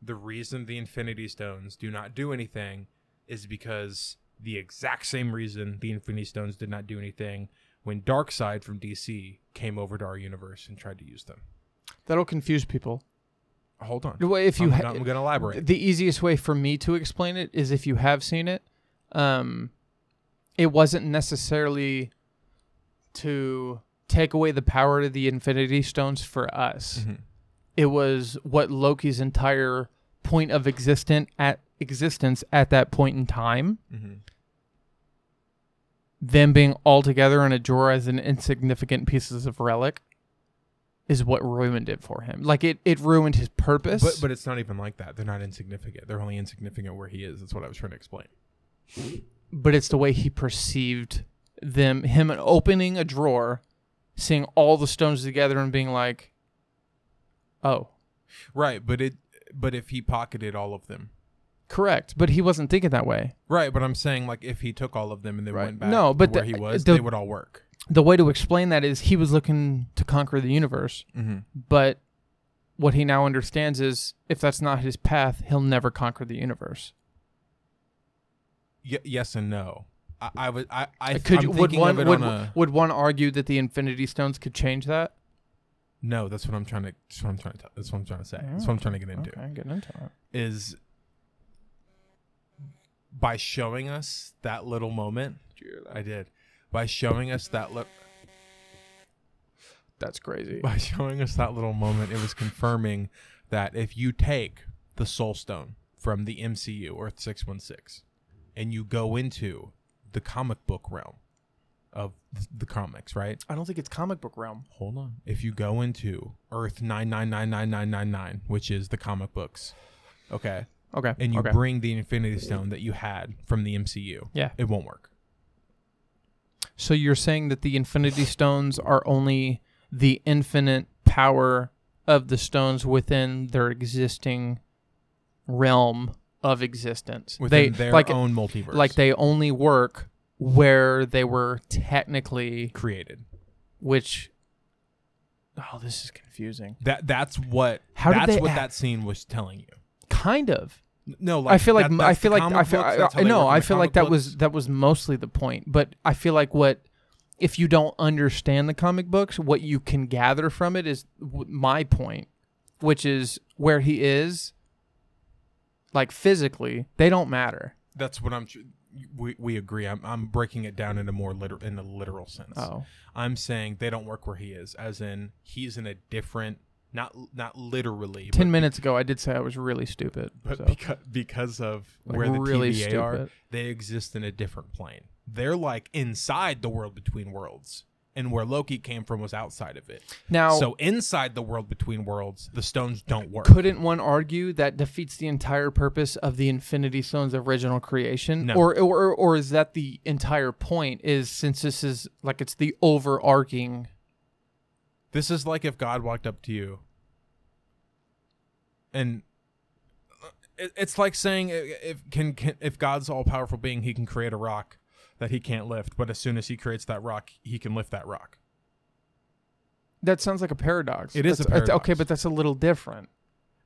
Speaker 4: The reason the Infinity Stones do not do anything is because the exact same reason the Infinity Stones did not do anything when Darkseid from DC came over to our universe and tried to use them.
Speaker 3: That'll confuse people.
Speaker 4: Hold on.
Speaker 3: Well, if you
Speaker 4: I'm,
Speaker 3: ha-
Speaker 4: gonna- I'm going to elaborate.
Speaker 3: The easiest way for me to explain it is if you have seen it, um, it wasn't necessarily to take away the power of the Infinity Stones for us.
Speaker 4: Mhm.
Speaker 3: It was what Loki's entire point of existent at existence at that point in time.
Speaker 4: Mhm.
Speaker 3: Them being all together in a drawer as an insignificant pieces of relic is what ruined it for him. Like it, it ruined his purpose.
Speaker 4: But but it's not even like that. They're not insignificant. They're only insignificant where he is. That's what I was trying to explain.
Speaker 3: but it's the way he perceived them him opening a drawer seeing all the stones together and being like oh
Speaker 4: Right, but it but if he pocketed all of them.
Speaker 3: correct but he wasn't thinking that way
Speaker 4: Right, but I'm saying like if he took all of them and then
Speaker 3: Right.
Speaker 4: went back
Speaker 3: No, but
Speaker 4: to where
Speaker 3: the- uh,
Speaker 4: he was,
Speaker 3: the-
Speaker 4: they would all work.
Speaker 3: the way to explain that is he was looking to conquer the universe
Speaker 4: Mm-hmm.
Speaker 3: but what he now understands is if that's not his path, he'll never conquer the universe.
Speaker 4: Y- yes and no. I, I would. I. I
Speaker 3: Uh, could
Speaker 4: I'm
Speaker 3: you- would
Speaker 4: thinking
Speaker 3: one
Speaker 4: of it
Speaker 3: would,
Speaker 4: on a,
Speaker 3: would one argue that the Infinity Stones could change that?
Speaker 4: no. That's what I'm trying to. That's what I'm trying to. tell- That's what I'm trying to say. That's what I'm trying to get into.
Speaker 3: Okay, getting into it.
Speaker 4: Is by showing us that little moment. I did. By showing us that look.
Speaker 3: That's crazy.
Speaker 4: by showing us that little moment, it was confirming that if you take the Soul Stone from the MCU Earth 616 and you go into the comic book realm of th- the comics, right?
Speaker 3: I don't think it's comic book realm.
Speaker 4: Hold on. If you go into Earth 999999, which is the comic books, okay,
Speaker 3: Okay.
Speaker 4: and you
Speaker 3: okay.
Speaker 4: bring the Infinity Stone that you had from the MCU,
Speaker 3: Yeah.
Speaker 4: it won't work.
Speaker 3: So you're saying that the Infinity Stones are only the infinite power of the stones within their existing realm of existence.
Speaker 4: Within
Speaker 3: they
Speaker 4: their
Speaker 3: like
Speaker 4: own multiverse,
Speaker 3: like they only work where they were technically
Speaker 4: created.
Speaker 3: which Oh, this is confusing.
Speaker 4: That that's what
Speaker 3: How did
Speaker 4: that's
Speaker 3: they
Speaker 4: what
Speaker 3: act-
Speaker 4: that scene was telling you.
Speaker 3: Kind of.
Speaker 4: No, like
Speaker 3: I feel like
Speaker 4: that-
Speaker 3: I
Speaker 4: that's the
Speaker 3: feel like I
Speaker 4: comic
Speaker 3: feel
Speaker 4: books,
Speaker 3: I,
Speaker 4: that's how
Speaker 3: I,
Speaker 4: they
Speaker 3: no
Speaker 4: work in
Speaker 3: I
Speaker 4: the
Speaker 3: feel like
Speaker 4: comic
Speaker 3: that
Speaker 4: books.
Speaker 3: was that was mostly the point, but I feel like what if you don't understand the comic books, what you can gather from it is w- my point, which is where he is. Like physically, they don't matter.
Speaker 4: that's what I'm. tr- We, we agree. I'm I'm breaking it down into more literal in a literal sense.
Speaker 3: Oh.
Speaker 4: I'm saying they don't work where he is, as in he's in a different, not not literally,
Speaker 3: ten
Speaker 4: but,
Speaker 3: minutes ago, I did say I was really stupid.
Speaker 4: but
Speaker 3: so.
Speaker 4: because because of
Speaker 3: Like,
Speaker 4: where the
Speaker 3: really
Speaker 4: TVA are,
Speaker 3: stupid.
Speaker 4: they exist in a different plane. They're like inside the world between worlds, and where Loki came from was outside of it.
Speaker 3: Now,
Speaker 4: so inside the world between worlds, the stones don't work.
Speaker 3: couldn't one argue that defeats the entire purpose of the Infinity Stone's original creation?
Speaker 4: No.
Speaker 3: Or, or or is that the entire point? Is since this is like it's the overarching
Speaker 4: This is like if God walked up to you and uh, it- it's like saying i- if can, can if God's all powerful being, he can create a rock that he can't lift, but as soon as he creates that rock, he can lift that rock.
Speaker 3: that sounds like a paradox.
Speaker 4: It is a
Speaker 3: That's- Okay,
Speaker 4: paradox.
Speaker 3: but that's a little different.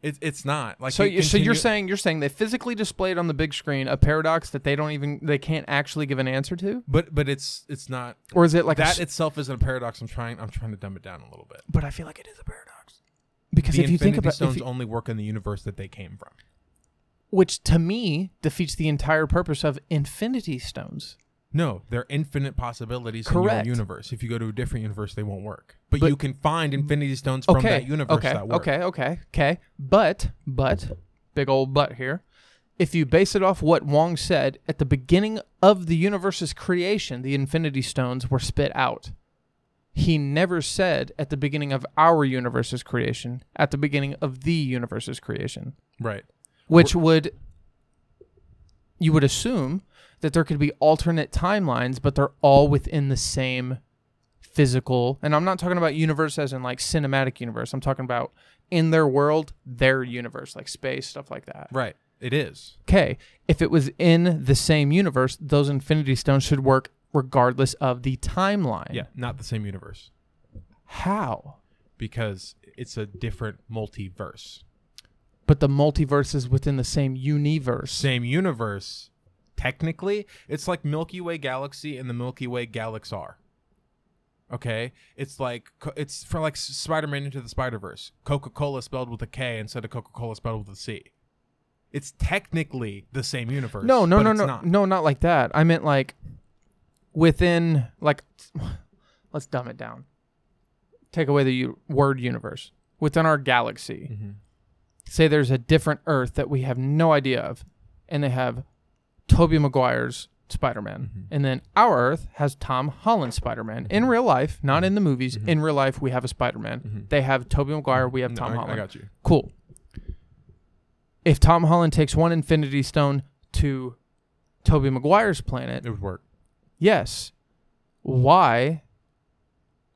Speaker 4: It's it's not like
Speaker 3: so
Speaker 4: he
Speaker 3: you, so you're
Speaker 4: continue-
Speaker 3: saying you're saying they physically displayed on the big screen a paradox that they don't even they can't actually give an answer to?
Speaker 4: but but it's it's not
Speaker 3: Or is it like a
Speaker 4: that
Speaker 3: s-
Speaker 4: itself isn't a paradox. I'm trying I'm trying to dumb it down a little bit.
Speaker 3: but I feel like it is a paradox. Because
Speaker 4: The
Speaker 3: if you think
Speaker 4: Infinity
Speaker 3: about if
Speaker 4: stones
Speaker 3: you-
Speaker 4: only work in the universe that they came from.
Speaker 3: which to me defeats the entire purpose of Infinity Stones.
Speaker 4: No, there are infinite possibilities
Speaker 3: Correct.
Speaker 4: in your universe. If you go to a different universe, they won't work. But,
Speaker 3: But-
Speaker 4: you can find Infinity Stones from that universe
Speaker 3: okay,
Speaker 4: that work.
Speaker 3: Okay, okay, okay. But, but, big old but here. If you base it off what Wong said at the beginning of the universe's creation, the Infinity Stones were spit out. He never said at the beginning of our universe's creation, at the beginning of the universe's creation,
Speaker 4: Right.
Speaker 3: which would you would assume that there could be alternate timelines, but they're all within the same physical and i'm not talking about universe as in like cinematic universe i'm talking about in their world their universe like space stuff like that
Speaker 4: Right. It is.
Speaker 3: okay if it was in the same universe those infinity stones should work regardless of the timeline
Speaker 4: Not the same universe
Speaker 3: how
Speaker 4: because it's a different multiverse.
Speaker 3: but the multiverse is within the same universe
Speaker 4: Same universe, technically, it's like Milky Way galaxy and the Milky Way galaxar. Okay, it's like co- it's for like S- Spider-Man into the Spider-Verse. Coca-Cola spelled with a K instead of Coca-Cola spelled with a C. It's technically the same universe.
Speaker 3: No, no,
Speaker 4: but
Speaker 3: no,
Speaker 4: it's
Speaker 3: no,
Speaker 4: not.
Speaker 3: no, not like that. I meant like within, like, let's dumb it down. Take away the u- word universe within our galaxy.
Speaker 4: Mm-hmm.
Speaker 3: Say there's a different Earth that we have no idea of, and they have Toby Maguire's Spider-Man,
Speaker 4: Mm-hmm.
Speaker 3: and then our Earth has Tom Holland's Spider-Man in real life, not in the movies. In real life, we have a Spider-Man. They have Toby Maguire. We have
Speaker 4: Mm-hmm. No,
Speaker 3: Tom
Speaker 4: I- I
Speaker 3: Holland.
Speaker 4: got you.
Speaker 3: Cool. If Tom Holland takes one Infinity Stone to Toby Maguire's planet,
Speaker 4: It would work.
Speaker 3: yes. Why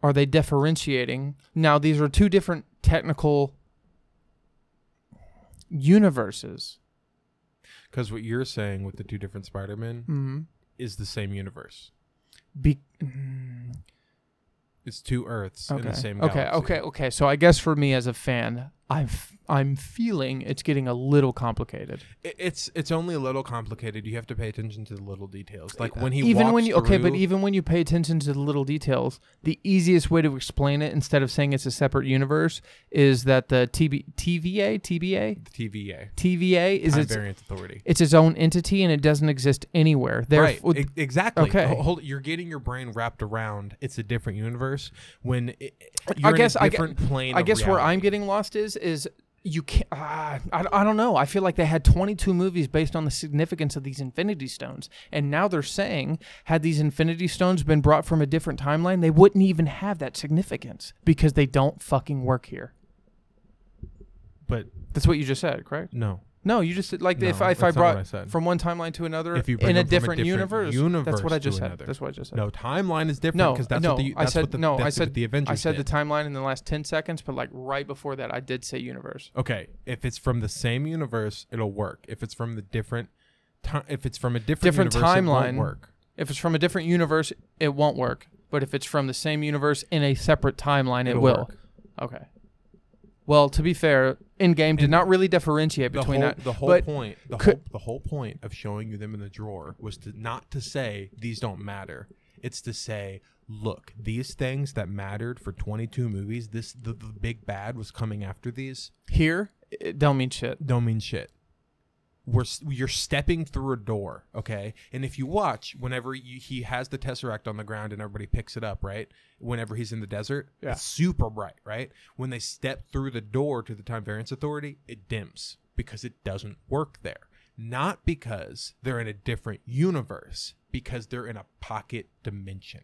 Speaker 3: are they differentiating? Now these are two different technical universes.
Speaker 4: Because what you're saying with the two different Spider-Men
Speaker 3: Mm-hmm.
Speaker 4: is the same universe.
Speaker 3: Be- mm.
Speaker 4: It's two Earths in the same
Speaker 3: okay,
Speaker 4: galaxy.
Speaker 3: okay, okay. So I guess for me as a fan, I'm f- I'm feeling it's getting a little complicated.
Speaker 4: I- It's it's only a little complicated. You have to pay attention to the little details. Like when he
Speaker 3: even
Speaker 4: walks
Speaker 3: when you okay, but
Speaker 4: through-
Speaker 3: even when you pay attention to the little details, the easiest way to explain it instead of saying it's a separate universe is that the TB, TVA TBA
Speaker 4: the TVA
Speaker 3: TVA is
Speaker 4: Time
Speaker 3: its
Speaker 4: Variance Authority.
Speaker 3: it's its own entity and it doesn't exist anywhere.
Speaker 4: Right,
Speaker 3: Therefore,
Speaker 4: e- exactly.
Speaker 3: okay.
Speaker 4: Ho- Hold, you're getting your brain wrapped around. It's a different universe. When i- i-
Speaker 3: I
Speaker 4: you're
Speaker 3: guess
Speaker 4: in a
Speaker 3: I
Speaker 4: different
Speaker 3: get,
Speaker 4: plane.
Speaker 3: I
Speaker 4: of
Speaker 3: guess where
Speaker 4: reality.
Speaker 3: I'm getting lost is is you can't. ah, I, I don't know. I feel like they had 22 movies based on the significance of these Infinity Stones, and now they're saying had these Infinity Stones been brought from a different timeline, they wouldn't even have that significance because they don't fucking work here.
Speaker 4: But
Speaker 3: That's what you just said, correct?
Speaker 4: no,
Speaker 3: No, you just said like if
Speaker 4: No,
Speaker 3: I if I
Speaker 4: that's not what I
Speaker 3: brought
Speaker 4: said.
Speaker 3: from one timeline to another
Speaker 4: if you bring
Speaker 3: in a
Speaker 4: them from
Speaker 3: different, universe, that's what I
Speaker 4: universe
Speaker 3: just
Speaker 4: to
Speaker 3: said.
Speaker 4: another.
Speaker 3: That's what I just said.
Speaker 4: No, timeline is different
Speaker 3: No,
Speaker 4: because that's
Speaker 3: no,
Speaker 4: what the
Speaker 3: I
Speaker 4: that's
Speaker 3: said
Speaker 4: what the,
Speaker 3: no.
Speaker 4: that's
Speaker 3: I
Speaker 4: what
Speaker 3: said
Speaker 4: the Avengers.
Speaker 3: I said
Speaker 4: did.
Speaker 3: the timeline in the last ten seconds, but like right before that, I did say universe.
Speaker 4: Okay, if it's from the same universe, it'll work. If it's from the different time, if it's from a different
Speaker 3: Different
Speaker 4: universe, it
Speaker 3: timeline.
Speaker 4: won't work.
Speaker 3: If it's from a different universe, it won't work. But if it's from the same universe in a separate timeline, it
Speaker 4: It'll
Speaker 3: will.
Speaker 4: work.
Speaker 3: Okay. Well, to be fair, Endgame did not really differentiate
Speaker 4: The
Speaker 3: between
Speaker 4: whole,
Speaker 3: that.
Speaker 4: the whole
Speaker 3: but
Speaker 4: point, the
Speaker 3: could-
Speaker 4: whole the whole point of showing you them in the drawer was to not to say these don't matter. It's to say, look, these things that mattered for 22 movies, this the, the big bad was coming after these.
Speaker 3: Here, it don't mean shit.
Speaker 4: don't mean shit. We're s- you're stepping through a door, okay? And if you watch, whenever you, he has the tesseract on the ground and everybody picks it up, right? Whenever he's in the desert,
Speaker 3: Yeah.
Speaker 4: it's super bright, right? When they step through the door to the Time Variance Authority, it dims because it doesn't work there. Not because they're in a different universe, because they're in a pocket dimension.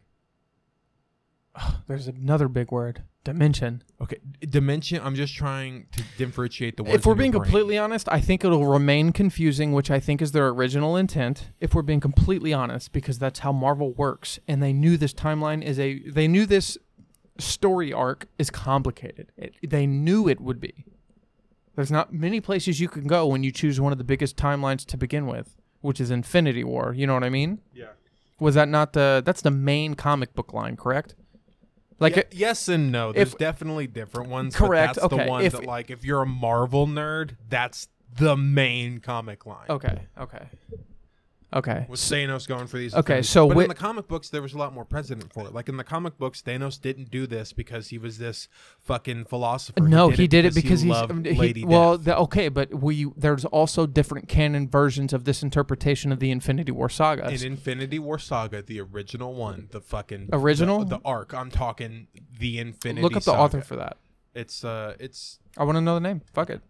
Speaker 3: There's another big word dimension.
Speaker 4: Okay, d- dimension. I'm just trying to differentiate the words.
Speaker 3: if we're
Speaker 4: in your
Speaker 3: being
Speaker 4: brain.
Speaker 3: completely honest, I think it'll remain confusing, which I think is their original intent. If we're being completely honest, because that's how Marvel works, and they knew this timeline is a they knew this story arc is complicated. It, they knew it would be. There's not many places you can go when you choose one of the biggest timelines to begin with, which is Infinity War. You know what I mean? Yeah. Was that not the that's the main comic book line, correct? Like
Speaker 4: Ye-
Speaker 3: it-
Speaker 4: yes and no. There's
Speaker 3: if-
Speaker 4: definitely different ones.
Speaker 3: Correct,
Speaker 4: But that's
Speaker 3: okay,
Speaker 4: the one
Speaker 3: if-
Speaker 4: that, like, if you're a Marvel nerd, that's the main comic line.
Speaker 3: okay, okay. Okay.
Speaker 4: With Thanos going for these.
Speaker 3: Okay,
Speaker 4: things.
Speaker 3: so
Speaker 4: but
Speaker 3: wi-
Speaker 4: in the comic books, there was a lot more precedent for it. Like in the comic books, Thanos didn't do this because he was this fucking philosopher.
Speaker 3: No, he did it because,
Speaker 4: he
Speaker 3: he's
Speaker 4: loved
Speaker 3: um, he-
Speaker 4: Lady
Speaker 3: well.
Speaker 4: Death.
Speaker 3: The, okay, but we there's also different canon versions of this interpretation of the Infinity War saga.
Speaker 4: in Infinity War Saga, the original one, the fucking
Speaker 3: Original?
Speaker 4: the, the arc. I'm talking the Infinity.
Speaker 3: Look up the
Speaker 4: Saga.
Speaker 3: author for that.
Speaker 4: It's uh, it's
Speaker 3: I want to know the name. Fuck it.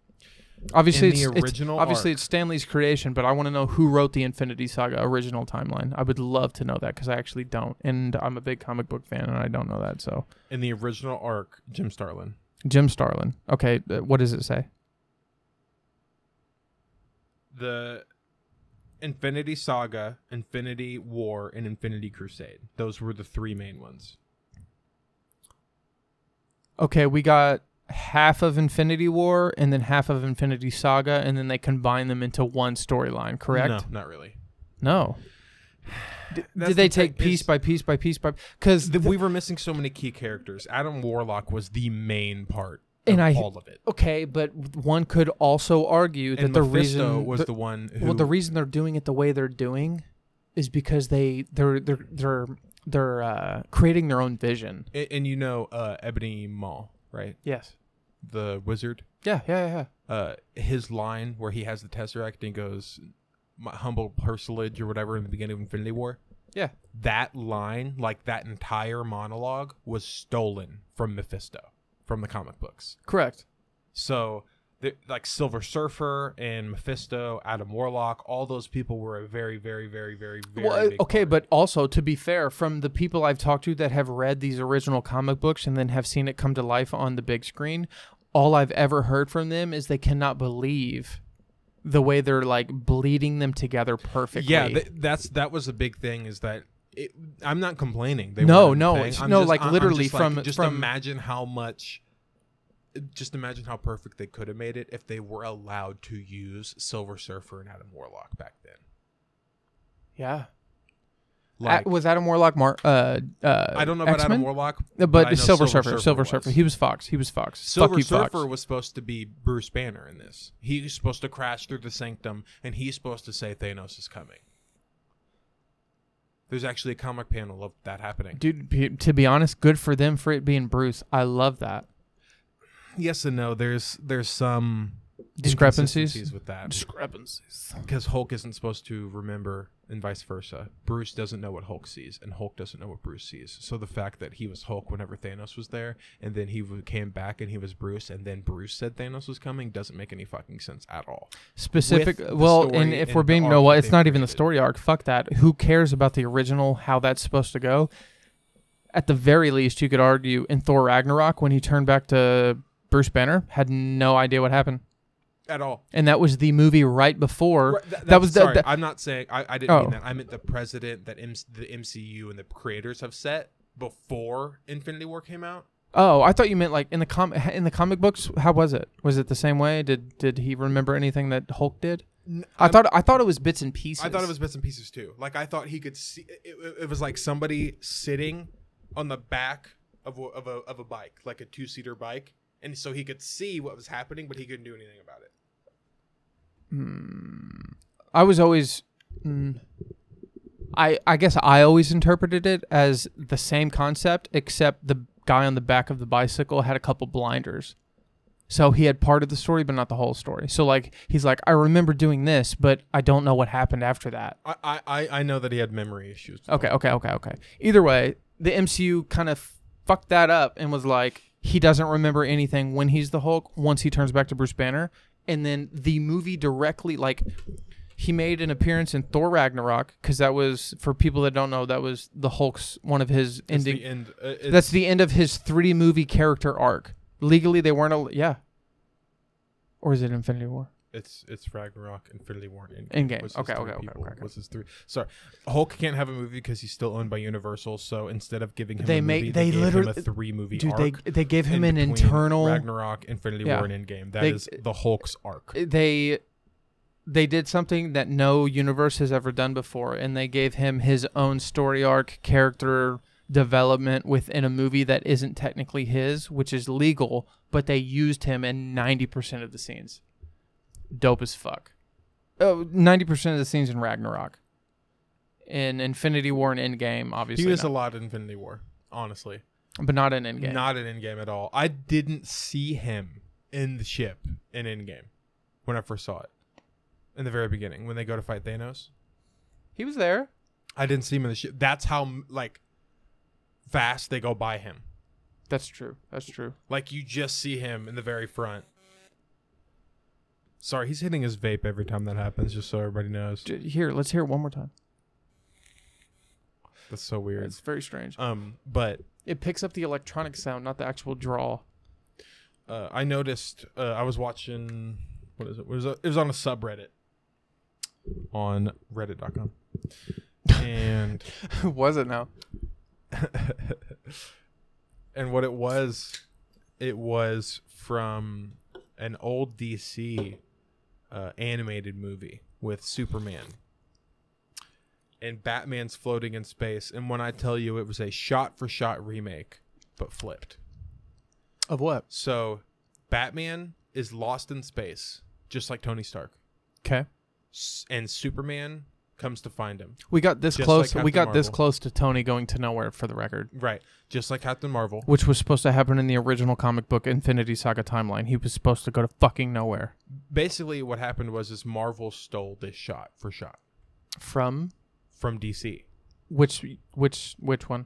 Speaker 3: Obviously,
Speaker 4: In
Speaker 3: it's,
Speaker 4: the
Speaker 3: it's-
Speaker 4: original
Speaker 3: obviously
Speaker 4: arc.
Speaker 3: it's Stanley's creation, but I want to know who wrote the Infinity Saga original timeline. I would love to know that because I actually don't, and I'm a big comic book fan, and I don't know that. So
Speaker 4: in the original arc. Jim Starlin.
Speaker 3: Jim Starlin. Okay, uh, what does it say?
Speaker 4: the Infinity Saga, Infinity War, and Infinity Crusade. Those were the three main ones.
Speaker 3: Okay, we got half of Infinity War and then half of Infinity Saga, and then they combine them into one storyline. Correct.
Speaker 4: No, not really.
Speaker 3: No.
Speaker 4: That's
Speaker 3: Did
Speaker 4: the
Speaker 3: they
Speaker 4: thing,
Speaker 3: take piece
Speaker 4: is-
Speaker 3: by piece by piece by? Because
Speaker 4: The, we were missing so many key characters. Adam Warlock was the main part of
Speaker 3: And I-
Speaker 4: all of it.
Speaker 3: okay, but one could also argue that
Speaker 4: And
Speaker 3: the
Speaker 4: Mephisto
Speaker 3: reason
Speaker 4: was
Speaker 3: the-
Speaker 4: the, one who
Speaker 3: well the reason they're doing it the way they're doing is because they they're they're they're they're uh, creating their own vision.
Speaker 4: and, and you know uh, Ebony Maw, right?
Speaker 3: Yes.
Speaker 4: The wizard.
Speaker 3: Yeah. Yeah. Yeah. yeah.
Speaker 4: Uh, his line where he has the tesseract and he goes, "My humble personage" or whatever in the beginning of Infinity War.
Speaker 3: Yeah.
Speaker 4: that line, like that entire monologue, was stolen from Mephisto from the comic books.
Speaker 3: Correct.
Speaker 4: So, the- like Silver Surfer and Mephisto, Adam Warlock, all those people were a very, very, very, very, very
Speaker 3: Well, uh,
Speaker 4: big
Speaker 3: okay,
Speaker 4: part.
Speaker 3: but also to be fair, from the people I've talked to that have read these original comic books and then have seen it come to life on the big screen, all I've ever heard from them is they cannot believe the way they're like bleeding them together perfectly.
Speaker 4: yeah, th- that's that was a big thing. Is that it, I'm not complaining. They
Speaker 3: No,
Speaker 4: weren't
Speaker 3: no,
Speaker 4: anything.
Speaker 3: it's-
Speaker 4: I'm
Speaker 3: no,
Speaker 4: just-
Speaker 3: like,
Speaker 4: I'm- I'm
Speaker 3: literally
Speaker 4: just
Speaker 3: from-
Speaker 4: like, just
Speaker 3: from-
Speaker 4: imagine how much. Just imagine how perfect they could have made it if they were allowed to use Silver Surfer and Adam Warlock back then.
Speaker 3: Yeah.
Speaker 4: Like,
Speaker 3: A- was Adam Warlock Mar- uh, uh,
Speaker 4: I don't know about
Speaker 3: X-Men?
Speaker 4: Adam Warlock,
Speaker 3: Uh,
Speaker 4: I
Speaker 3: But
Speaker 4: know
Speaker 3: Silver, Surfer, Silver
Speaker 4: was.
Speaker 3: Surfer. He was Fox. He was Fox.
Speaker 4: Silver
Speaker 3: Fuck you,
Speaker 4: Surfer
Speaker 3: Fox.
Speaker 4: was supposed to be Bruce Banner in this. He's supposed to crash through the sanctum, and he's supposed to say Thanos is coming. There's actually a comic panel of that happening.
Speaker 3: Dude, p- to be honest, good for them for it being Bruce. I love that.
Speaker 4: Yes and no. There's there's some
Speaker 3: Discrepancies?
Speaker 4: inconsistencies with that
Speaker 3: Discrepancies.
Speaker 4: because Hulk isn't supposed to remember, and vice versa. Bruce doesn't know what Hulk sees, and Hulk doesn't know what Bruce sees. So the fact that he was Hulk whenever Thanos was there, and then he w- came back and he was Bruce, and then Bruce said Thanos was coming, doesn't make any fucking sense at all.
Speaker 3: Specific.
Speaker 4: With the
Speaker 3: Well,
Speaker 4: story
Speaker 3: and if
Speaker 4: and
Speaker 3: we're
Speaker 4: the
Speaker 3: being,
Speaker 4: arc
Speaker 3: no, well,
Speaker 4: that
Speaker 3: it's
Speaker 4: they've
Speaker 3: not even the
Speaker 4: created.
Speaker 3: story arc. Fuck that. Who cares about the original, how that's supposed to go? At the very least, you could argue in Thor Ragnarok when he turned back to Bruce Banner, had no idea what happened.
Speaker 4: At all.
Speaker 3: And that was the movie right before.
Speaker 4: Right, th-
Speaker 3: that,
Speaker 4: that's-
Speaker 3: was the.
Speaker 4: sorry,
Speaker 3: that-
Speaker 4: I'm not saying I, I didn't
Speaker 3: Oh.
Speaker 4: mean that. I meant the president that M- the MCU and the creators have set before Infinity War came out.
Speaker 3: Oh, I thought you meant like in the com in the comic books. How was it? Was it the same way? Did did he remember anything that Hulk did? I thought I thought it was bits and pieces.
Speaker 4: I thought it was bits and pieces too. Like I thought he could see. It, it- it was like somebody sitting on the back of a, of a of a bike, like a two seater bike, and so he could see what was happening, but he couldn't do anything about it.
Speaker 3: I was always. Mm, I I guess I always interpreted it as the same concept, except the guy on the back of the bicycle had a couple blinders, so he had part of the story but not the whole story. So like he's like, I remember doing this, but I don't know what happened after that.
Speaker 4: I I- I, I know that he had memory issues.
Speaker 3: Okay, okay, okay, okay. Either way, the MCU kind of fucked that up and was like, he doesn't remember anything when he's the Hulk once he turns back to Bruce Banner. And then the movie directly, like, he made an appearance in Thor Ragnarok because that was, for people that don't know, that was the Hulk's one of his
Speaker 4: It's the
Speaker 3: ending.
Speaker 4: end. uh, it's-
Speaker 3: That's the end of his 3D movie character arc. Legally, they weren't, al- yeah. Or is it Infinity War?
Speaker 4: It's it's Ragnarok, Infinity War, and
Speaker 3: Endgame.
Speaker 4: was his
Speaker 3: Okay,
Speaker 4: three
Speaker 3: okay, okay,
Speaker 4: people.
Speaker 3: okay, okay.
Speaker 4: Was his three? Sorry, Hulk can't have a movie because he's still owned by Universal. So instead of giving him
Speaker 3: They
Speaker 4: a
Speaker 3: make-
Speaker 4: movie,
Speaker 3: they
Speaker 4: gave him
Speaker 3: literally-
Speaker 4: a three movie
Speaker 3: Dude,
Speaker 4: arc.
Speaker 3: they, they gave him
Speaker 4: in
Speaker 3: an
Speaker 4: between
Speaker 3: internal.
Speaker 4: Ragnarok, Infinity
Speaker 3: Yeah.
Speaker 4: War, and Endgame. That
Speaker 3: They-
Speaker 4: is the Hulk's arc.
Speaker 3: they they did something that no universe has ever done before and they gave him his own story arc character development within a movie that isn't technically his which is legal but they used him in 90% of the scenes dope as fuck oh, 90% of the scenes in ragnarok in infinity war and endgame obviously
Speaker 4: he was a
Speaker 3: not,
Speaker 4: lot in Infinity War, honestly.
Speaker 3: but not in endgame
Speaker 4: Not in Endgame at all. I didn't see him in the ship in Endgame when I first saw it in the very beginning when they go to fight Thanos.
Speaker 3: he was there
Speaker 4: I didn't see him in the ship. That's how like fast they go by him.
Speaker 3: that's true that's true
Speaker 4: Like you just see him in the very front. Sorry, he's hitting his vape every time that happens, just so everybody knows.
Speaker 3: D- here let's hear it one more time
Speaker 4: That's so weird.
Speaker 3: it's very strange
Speaker 4: Um, but
Speaker 3: It picks up the electronic sound, not the actual draw.
Speaker 4: uh, I noticed uh, I was watching what is it? What is it? It was on a subreddit on Reddit.com, and
Speaker 3: was it now?
Speaker 4: and what it was, it was from an old DC uh, animated movie with Superman. And Batman's floating in space. And when I tell you it was a shot for shot remake, but flipped.
Speaker 3: Of what?
Speaker 4: So Batman is lost in space, just like Tony Stark.
Speaker 3: Okay.
Speaker 4: S- and Superman comes to find him.
Speaker 3: We got this
Speaker 4: Just
Speaker 3: close.
Speaker 4: like
Speaker 3: we got
Speaker 4: Captain
Speaker 3: this
Speaker 4: Marvel.
Speaker 3: close to Tony going to nowhere for the record,
Speaker 4: Right. Just like Captain Marvel.
Speaker 3: which was supposed to happen in the original comic book Infinity Saga timeline. He was supposed to go to fucking nowhere
Speaker 4: Basically what happened was is Marvel stole this shot for shot
Speaker 3: from
Speaker 4: from DC.
Speaker 3: which which which one?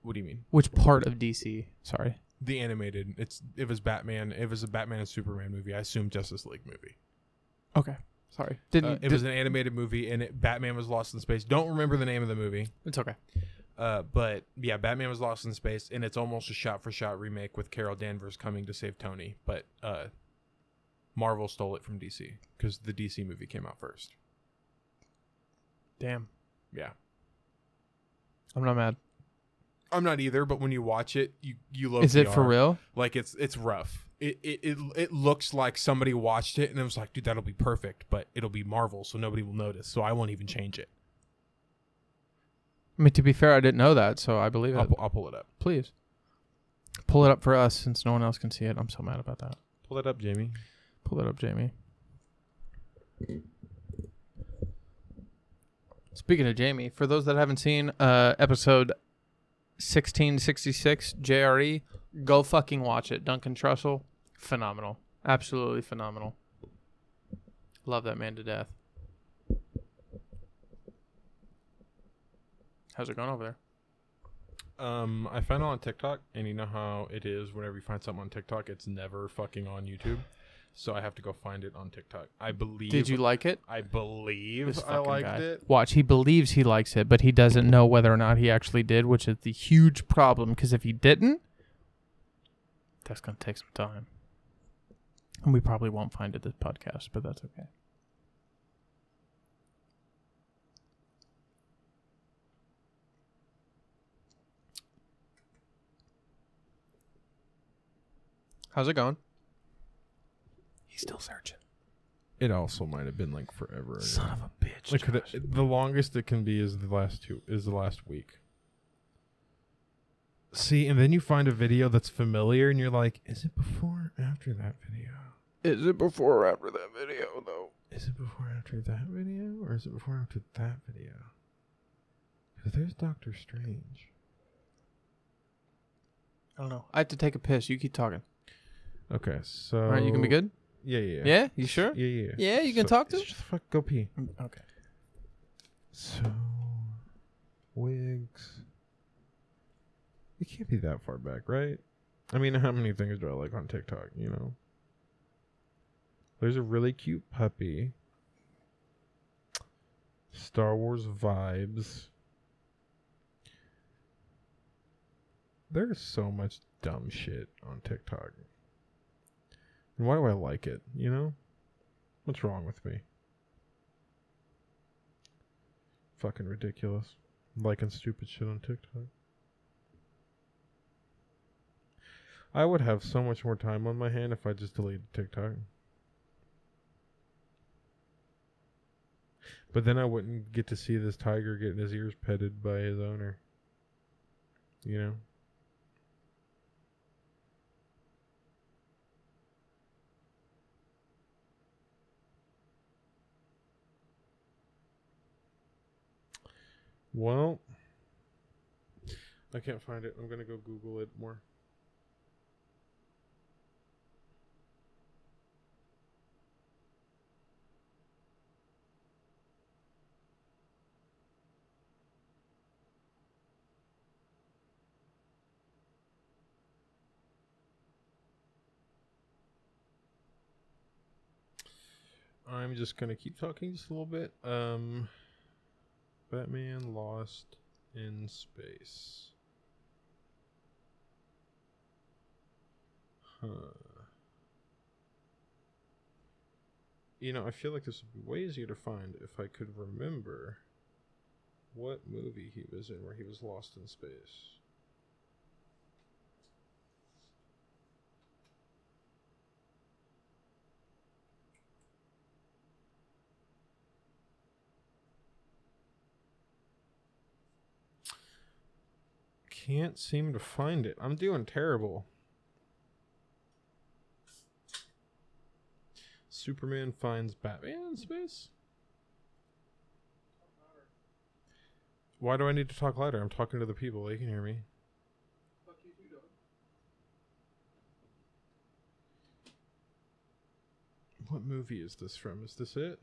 Speaker 4: What do you mean?
Speaker 3: Which part of DC? Sorry.
Speaker 4: The animated. It's it was Batman. It was a Batman and Superman movie. I assume Justice League movie.
Speaker 3: Okay. Sorry.
Speaker 4: Uh,
Speaker 3: Didn't.
Speaker 4: it was an animated movie and it, Batman was lost in space. Don't remember the name of the movie.
Speaker 3: It's okay.
Speaker 4: Uh, but yeah, Batman was lost in space, and it's almost a shot-for-shot remake with Carol Danvers coming to save Tony. But uh, Marvel stole it from DC because the DC movie came out first.
Speaker 3: Damn.
Speaker 4: Yeah,
Speaker 3: I'm not mad.
Speaker 4: I'm not either. But when you watch it, you you look.
Speaker 3: Is it for real?
Speaker 4: Like it's it's rough. It, it it it looks like somebody watched it and it was like, dude, that'll be perfect, but it'll be Marvel, so nobody will notice. So I won't even change it.
Speaker 3: I mean, to be fair, I didn't know that, so I believe it.
Speaker 4: I'll, pu- I'll pull it up.
Speaker 3: Please pull it up for us, since no one else can see it. I'm so mad about that.
Speaker 5: Pull that up, Jamie.
Speaker 3: Pull it up, Jamie. Speaking of Jamie, for those that haven't seen uh, episode 1666 JRE, E, go fucking watch it. Duncan Trussell, phenomenal. Absolutely phenomenal. Love that man to death. How's it going over there?
Speaker 4: Um, I found it on TikTok, and you know how it is. Whenever you find something on TikTok, it's never fucking on YouTube. So I have to go find it on TikTok. I believe.
Speaker 3: Did you like it?
Speaker 4: I believe
Speaker 3: This
Speaker 4: I
Speaker 3: fucking
Speaker 4: liked
Speaker 3: guy.
Speaker 4: it.
Speaker 3: Watch, he believes he likes it, but he doesn't know whether or not he actually did, which is the huge problem. Because if he didn't, that's gonna take some time, and we probably won't find it this podcast, but that's okay. How's it going? He's still searching.
Speaker 4: It also might have been like forever. ago.
Speaker 3: Son of a bitch.
Speaker 4: Look at
Speaker 3: Josh.
Speaker 4: it. The longest it can be is the last two. Is the last week. See, and then you find a video that's familiar, and you're like, "Is it before or after that video?
Speaker 3: Is it before or after that video though?
Speaker 4: Is it before or after that video, or is it before or after that video?" Because there's Doctor Strange.
Speaker 3: I don't know. I have to take a piss. You keep talking.
Speaker 4: Okay, so
Speaker 3: All right, you can be good.
Speaker 4: Yeah, yeah,
Speaker 3: Oh, Yeah, you sure?
Speaker 4: yeah, yeah.
Speaker 3: Yeah, you can talk to him?
Speaker 4: Just fuck, go pee.
Speaker 3: Mm, Okay.
Speaker 4: So, wigs. It can't be that far back, right? I mean, how many things do I like on TikTok? You know, there's a really cute puppy. Star Wars vibes. There's so much dumb shit on TikTok. And why do I like it? You know, what's wrong with me? Fucking ridiculous. Liking stupid shit on TikTok. I would have so much more time on my hand if I just deleted TikTok. But then I wouldn't get to see this tiger getting his ears petted by his owner. You know? Well, I can't find it. I'm gonna go Google it more. I'm just gonna keep talking just a little bit. Um, Batman Lost in Space. Huh. You know, I feel like this would be way easier to find if I could remember what movie he was in where he was lost in space. Can't seem to find it. I'm doing terrible. Superman finds Batman in space? Why do I need to talk louder? I'm talking to the people. They can hear me. What movie is this from? Is this it?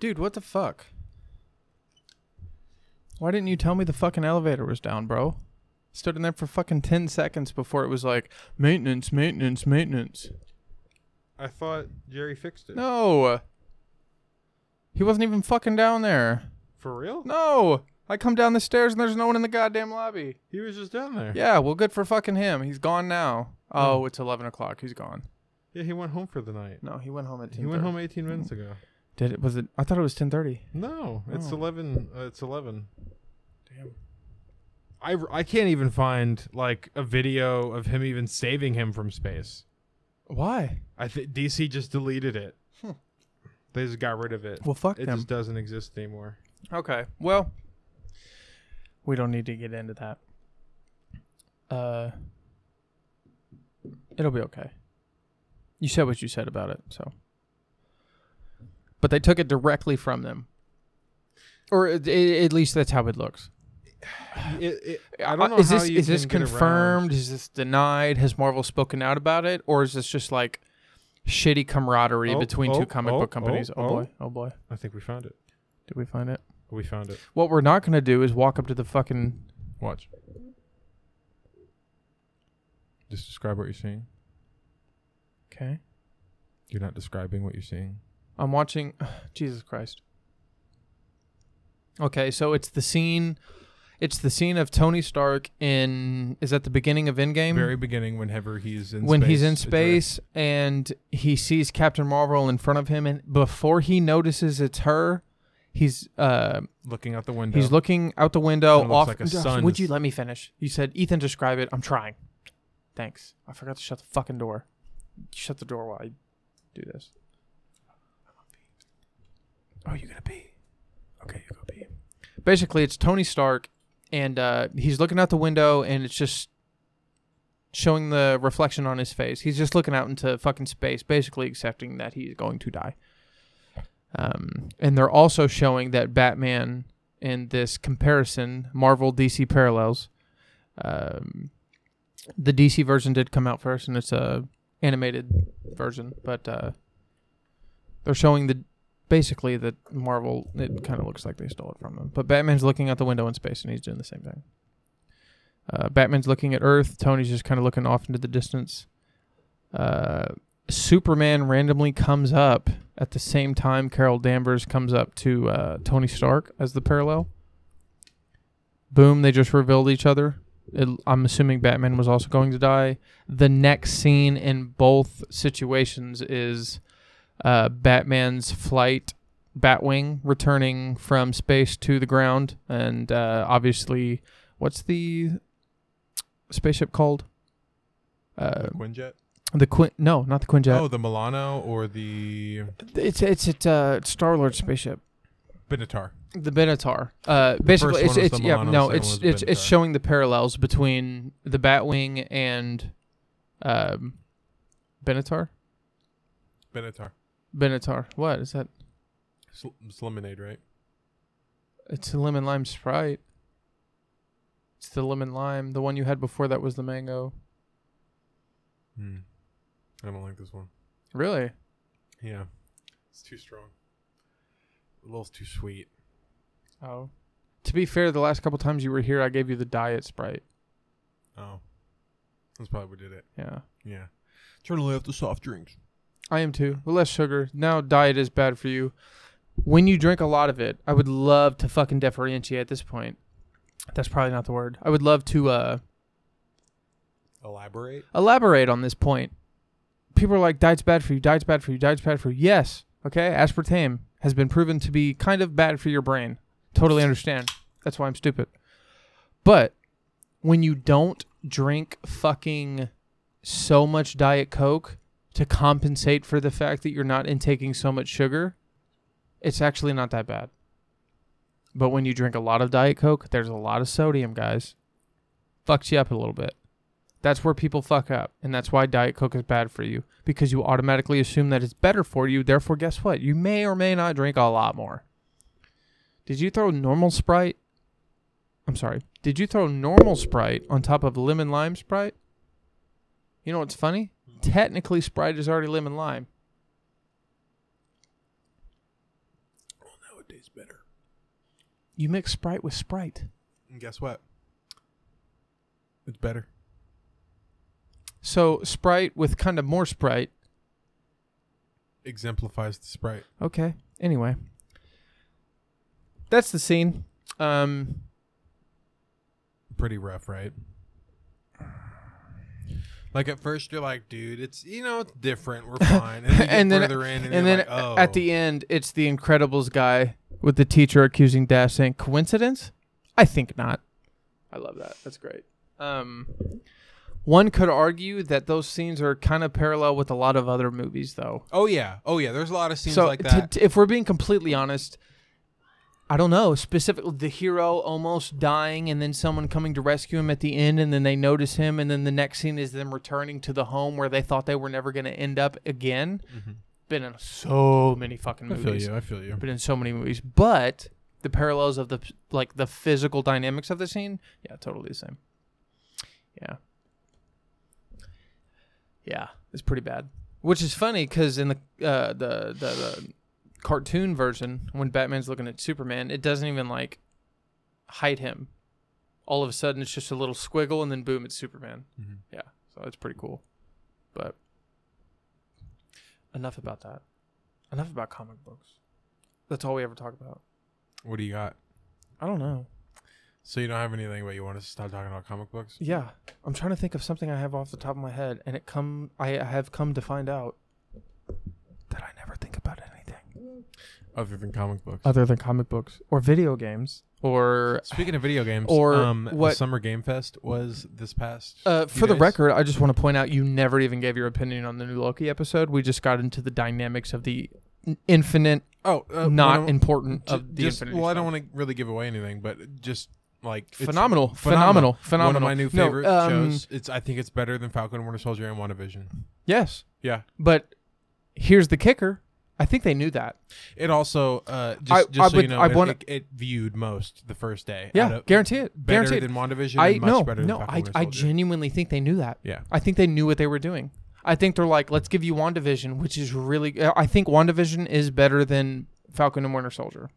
Speaker 3: Dude, what the fuck? Why didn't you tell me the fucking elevator was down, bro? Stood in there for fucking 10 seconds before it was like, maintenance, maintenance, maintenance.
Speaker 4: I thought Jerry fixed it.
Speaker 3: No! He wasn't even fucking down there.
Speaker 4: For real?
Speaker 3: No! I come down the stairs and there's no one in the goddamn lobby.
Speaker 4: He was just down there.
Speaker 3: Yeah, well, good for fucking him. He's gone now. Oh, it's 11 o'clock. He's gone.
Speaker 4: Yeah, he went home for the night.
Speaker 3: No, he went home at 10
Speaker 4: He went home 18 minutes ago.
Speaker 3: Did it? Was it? I thought it was 10.30.
Speaker 4: No, it's
Speaker 3: Oh.
Speaker 4: 11. Uh, it's 11.
Speaker 3: Damn.
Speaker 4: I, I can't even find like a video of him even saving him from space.
Speaker 3: Why?
Speaker 4: I think DC just deleted it. They just got rid of it.
Speaker 3: Well, fuck
Speaker 4: it
Speaker 3: them.
Speaker 4: just doesn't exist anymore.
Speaker 3: Okay. Well, we don't need to get into that. Uh, it'll be okay. You said what you said about it, so. But they took it directly from them, or at, at least that's how it looks.
Speaker 4: It, it, I don't know
Speaker 3: Uh, is
Speaker 4: how
Speaker 3: this
Speaker 4: you
Speaker 3: is this
Speaker 4: can get around-
Speaker 3: confirmed? Is this denied? Has Marvel spoken out about it, or is this just like shitty camaraderie
Speaker 4: Oh,
Speaker 3: between
Speaker 4: oh,
Speaker 3: two comic
Speaker 4: oh,
Speaker 3: book companies?
Speaker 4: oh,
Speaker 3: Oh,
Speaker 4: oh.
Speaker 3: boy! Oh boy!
Speaker 4: I think we found it.
Speaker 3: Did we find it?
Speaker 4: We found it.
Speaker 3: What we're not gonna do is walk up to the fucking
Speaker 4: Watch. Just describe what you're seeing.
Speaker 3: Okay.
Speaker 4: You're not describing what you're seeing.
Speaker 3: I'm watching. Jesus Christ. Okay, so it's the scene. It's the scene of Tony Stark in. Is that the beginning of Endgame?
Speaker 4: Very beginning, whenever he's in
Speaker 3: when
Speaker 4: space,
Speaker 3: he's in
Speaker 4: it's right-
Speaker 3: space and he sees Captain Marvel in front of him, and before he notices it's her, he's uh
Speaker 4: looking out the window.
Speaker 3: he's looking out the window
Speaker 4: Kinda
Speaker 3: off.
Speaker 4: looks like a sun
Speaker 3: Would
Speaker 4: is-
Speaker 3: you let me finish? You said Ethan, describe it. I'm trying. Thanks. I forgot to shut the fucking door. Shut the door while I do this.
Speaker 5: Oh, you gonna pee? Okay, you go pee.
Speaker 3: basically it's Tony Stark and uh, he's looking out the window and it's just showing the reflection on his face. He's just looking out into fucking space, basically accepting that he's going to die. Um, and they're also showing that Batman in this comparison, Marvel DC parallels. Um, the DC version did come out first, and it's a animated version, but uh, they're showing the basically that Marvel it kind of looks like they stole it from them. But Batman's looking out the window in space and he's doing the same thing. Uh, Batman's looking at Earth. Tony's just kind of looking off into the distance. Uh, Superman randomly comes up at the same time Carol Danvers comes up to uh, Tony Stark as the parallel. Boom! They just revealed each other. It, I'm assuming Batman was also going to die. The next scene in both situations is uh, Batman's flight, Batwing returning from space to the ground, and uh, obviously, what's the spaceship called? Uh,
Speaker 4: Quinjet.
Speaker 3: the Quin? No, not the Quinjet.
Speaker 4: Oh, the Milano or the
Speaker 3: It's it's it's uh Star Lord spaceship.
Speaker 4: Benatar.
Speaker 3: The Benatar. Uh, basically,
Speaker 4: first
Speaker 3: it's,
Speaker 4: one was
Speaker 3: it's
Speaker 4: the
Speaker 3: yeah,
Speaker 4: Milano,
Speaker 3: no,
Speaker 4: the
Speaker 3: it's
Speaker 4: second one was
Speaker 3: it's
Speaker 4: the
Speaker 3: it's
Speaker 4: Benatar.
Speaker 3: showing the parallels between the Batwing and, um, Benatar.
Speaker 4: Benatar.
Speaker 3: Benatar. What is that?
Speaker 4: It's, it's lemonade, right?
Speaker 3: It's a lemon lime sprite. It's the lemon lime. The one you had before that was the mango.
Speaker 4: Hmm. I don't like this one.
Speaker 3: Really?
Speaker 4: Yeah. It's too strong. A little's too sweet.
Speaker 3: Oh. To be fair, the last couple times you were here, I gave you the diet sprite.
Speaker 4: Oh. That's probably what did it.
Speaker 3: Yeah.
Speaker 4: Yeah. Turn away off the soft drinks.
Speaker 3: I am too. With less sugar. Now diet is bad for you. When you drink a lot of it, I would love to fucking differentiate at this point. That's probably not the word. I would love to uh
Speaker 4: Elaborate.
Speaker 3: elaborate on this point. People are like, diet's bad for you, diet's bad for you, diet's bad for you. Yes, okay, aspartame has been proven to be kind of bad for your brain. Totally understand. That's why I'm stupid. But when you don't drink fucking so much Diet Coke to compensate for the fact that you're not intaking so much sugar, it's actually not that bad. But when you drink a lot of Diet Coke, there's a lot of sodium, guys. Fucks you up a little bit. That's where people fuck up, and that's why Diet Coke is bad for you because you automatically assume that it's better for you. Therefore, guess what? You may or may not drink a lot more. Did you throw normal Sprite? I'm sorry. Did you throw normal Sprite on top of lemon lime Sprite? You know what's funny? Technically, Sprite is already lemon lime.
Speaker 4: Well, now it tastes better.
Speaker 3: You mix Sprite with Sprite.
Speaker 4: And guess what? It's better.
Speaker 3: So, Sprite with kind of more Sprite
Speaker 4: Exemplifies the Sprite.
Speaker 3: Okay. Anyway, that's the scene. Um,
Speaker 4: Pretty rough, right? Like at first you're like, dude, it's you know it's different. We're fine. And then, you get
Speaker 3: and then,
Speaker 4: further in,
Speaker 3: and,
Speaker 4: and,
Speaker 3: then
Speaker 4: you're like, oh,
Speaker 3: at the end, it's the Incredibles guy with the teacher accusing Dash saying, "Coincidence? I think not." I love that. That's great. Um, One could argue that those scenes are kind of parallel with a lot of other movies, though.
Speaker 4: Oh yeah, oh yeah. There's a lot of scenes
Speaker 3: so,
Speaker 4: like
Speaker 3: t-
Speaker 4: that.
Speaker 3: t- if we're being completely honest, I don't know. Specifically, the hero almost dying, and then someone coming to rescue him at the end, and then they notice him, and then the next scene is them returning to the home where they thought they were never going to end up again.
Speaker 4: Mm-hmm.
Speaker 3: Been in so many fucking
Speaker 4: I
Speaker 3: movies
Speaker 4: feel you. I feel you.
Speaker 3: been in so many movies. But the parallels of the like the physical dynamics of the scene, yeah, totally the same. Yeah, yeah, it's pretty bad. Which is funny because in the, uh, the the the cartoon version, when Batman's looking at Superman, it doesn't even like hide him. All of a sudden, it's just a little squiggle, and then boom, it's Superman. Yeah, so it's pretty cool. But enough about that. Enough about comic books. That's all we ever talk about.
Speaker 4: What do you got?
Speaker 3: I don't know.
Speaker 4: So you don't have anything, but you want us to stop talking about comic books?
Speaker 3: Yeah, I'm trying to think of something I have off the top of my head, and it come I have come to find out that I never think about anything
Speaker 4: Other than comic books.
Speaker 3: other than comic books or video games or.
Speaker 4: Speaking of video games,
Speaker 3: Or
Speaker 4: um, the
Speaker 3: what-
Speaker 4: Summer Game Fest was this past.
Speaker 3: Uh,
Speaker 4: few
Speaker 3: for the
Speaker 4: days.
Speaker 3: record, I just want to point out you never even gave your opinion on the new Loki episode. We just got into the dynamics of the n- infinite,
Speaker 4: oh, uh,
Speaker 3: not
Speaker 4: well,
Speaker 3: important
Speaker 4: ju-
Speaker 3: of the
Speaker 4: just-
Speaker 3: infinite.
Speaker 4: Well, I don't want to really give away anything, but just like it's
Speaker 3: Phenomenal, phenomenal,
Speaker 4: phenomenal, One of my new
Speaker 3: phenomenal. No,
Speaker 4: favorite
Speaker 3: um,
Speaker 4: shows. It's I think it's better than Falcon and Winter Soldier and WandaVision.
Speaker 3: Yes,
Speaker 4: Yeah.
Speaker 3: but here's the kicker. I think they knew that.
Speaker 4: It also uh, just,
Speaker 3: I-
Speaker 4: just
Speaker 3: I
Speaker 4: so you
Speaker 3: would-
Speaker 4: know,
Speaker 3: I
Speaker 4: it,
Speaker 3: wanna-
Speaker 4: it, it viewed most the first day. out
Speaker 3: Yeah,
Speaker 4: of-
Speaker 3: guarantee it.
Speaker 4: Better
Speaker 3: Guarantee it.
Speaker 4: than WandaVision.
Speaker 3: I
Speaker 4: and much
Speaker 3: no,
Speaker 4: better than
Speaker 3: no.
Speaker 4: Falcon
Speaker 3: I,
Speaker 4: and Winter
Speaker 3: I
Speaker 4: Soldier.
Speaker 3: genuinely think they knew that.
Speaker 4: Yeah.
Speaker 3: I think they knew what they were doing. I think they're like, let's give you WandaVision, which is really. uh, I think WandaVision is better than Falcon and Winter Soldier.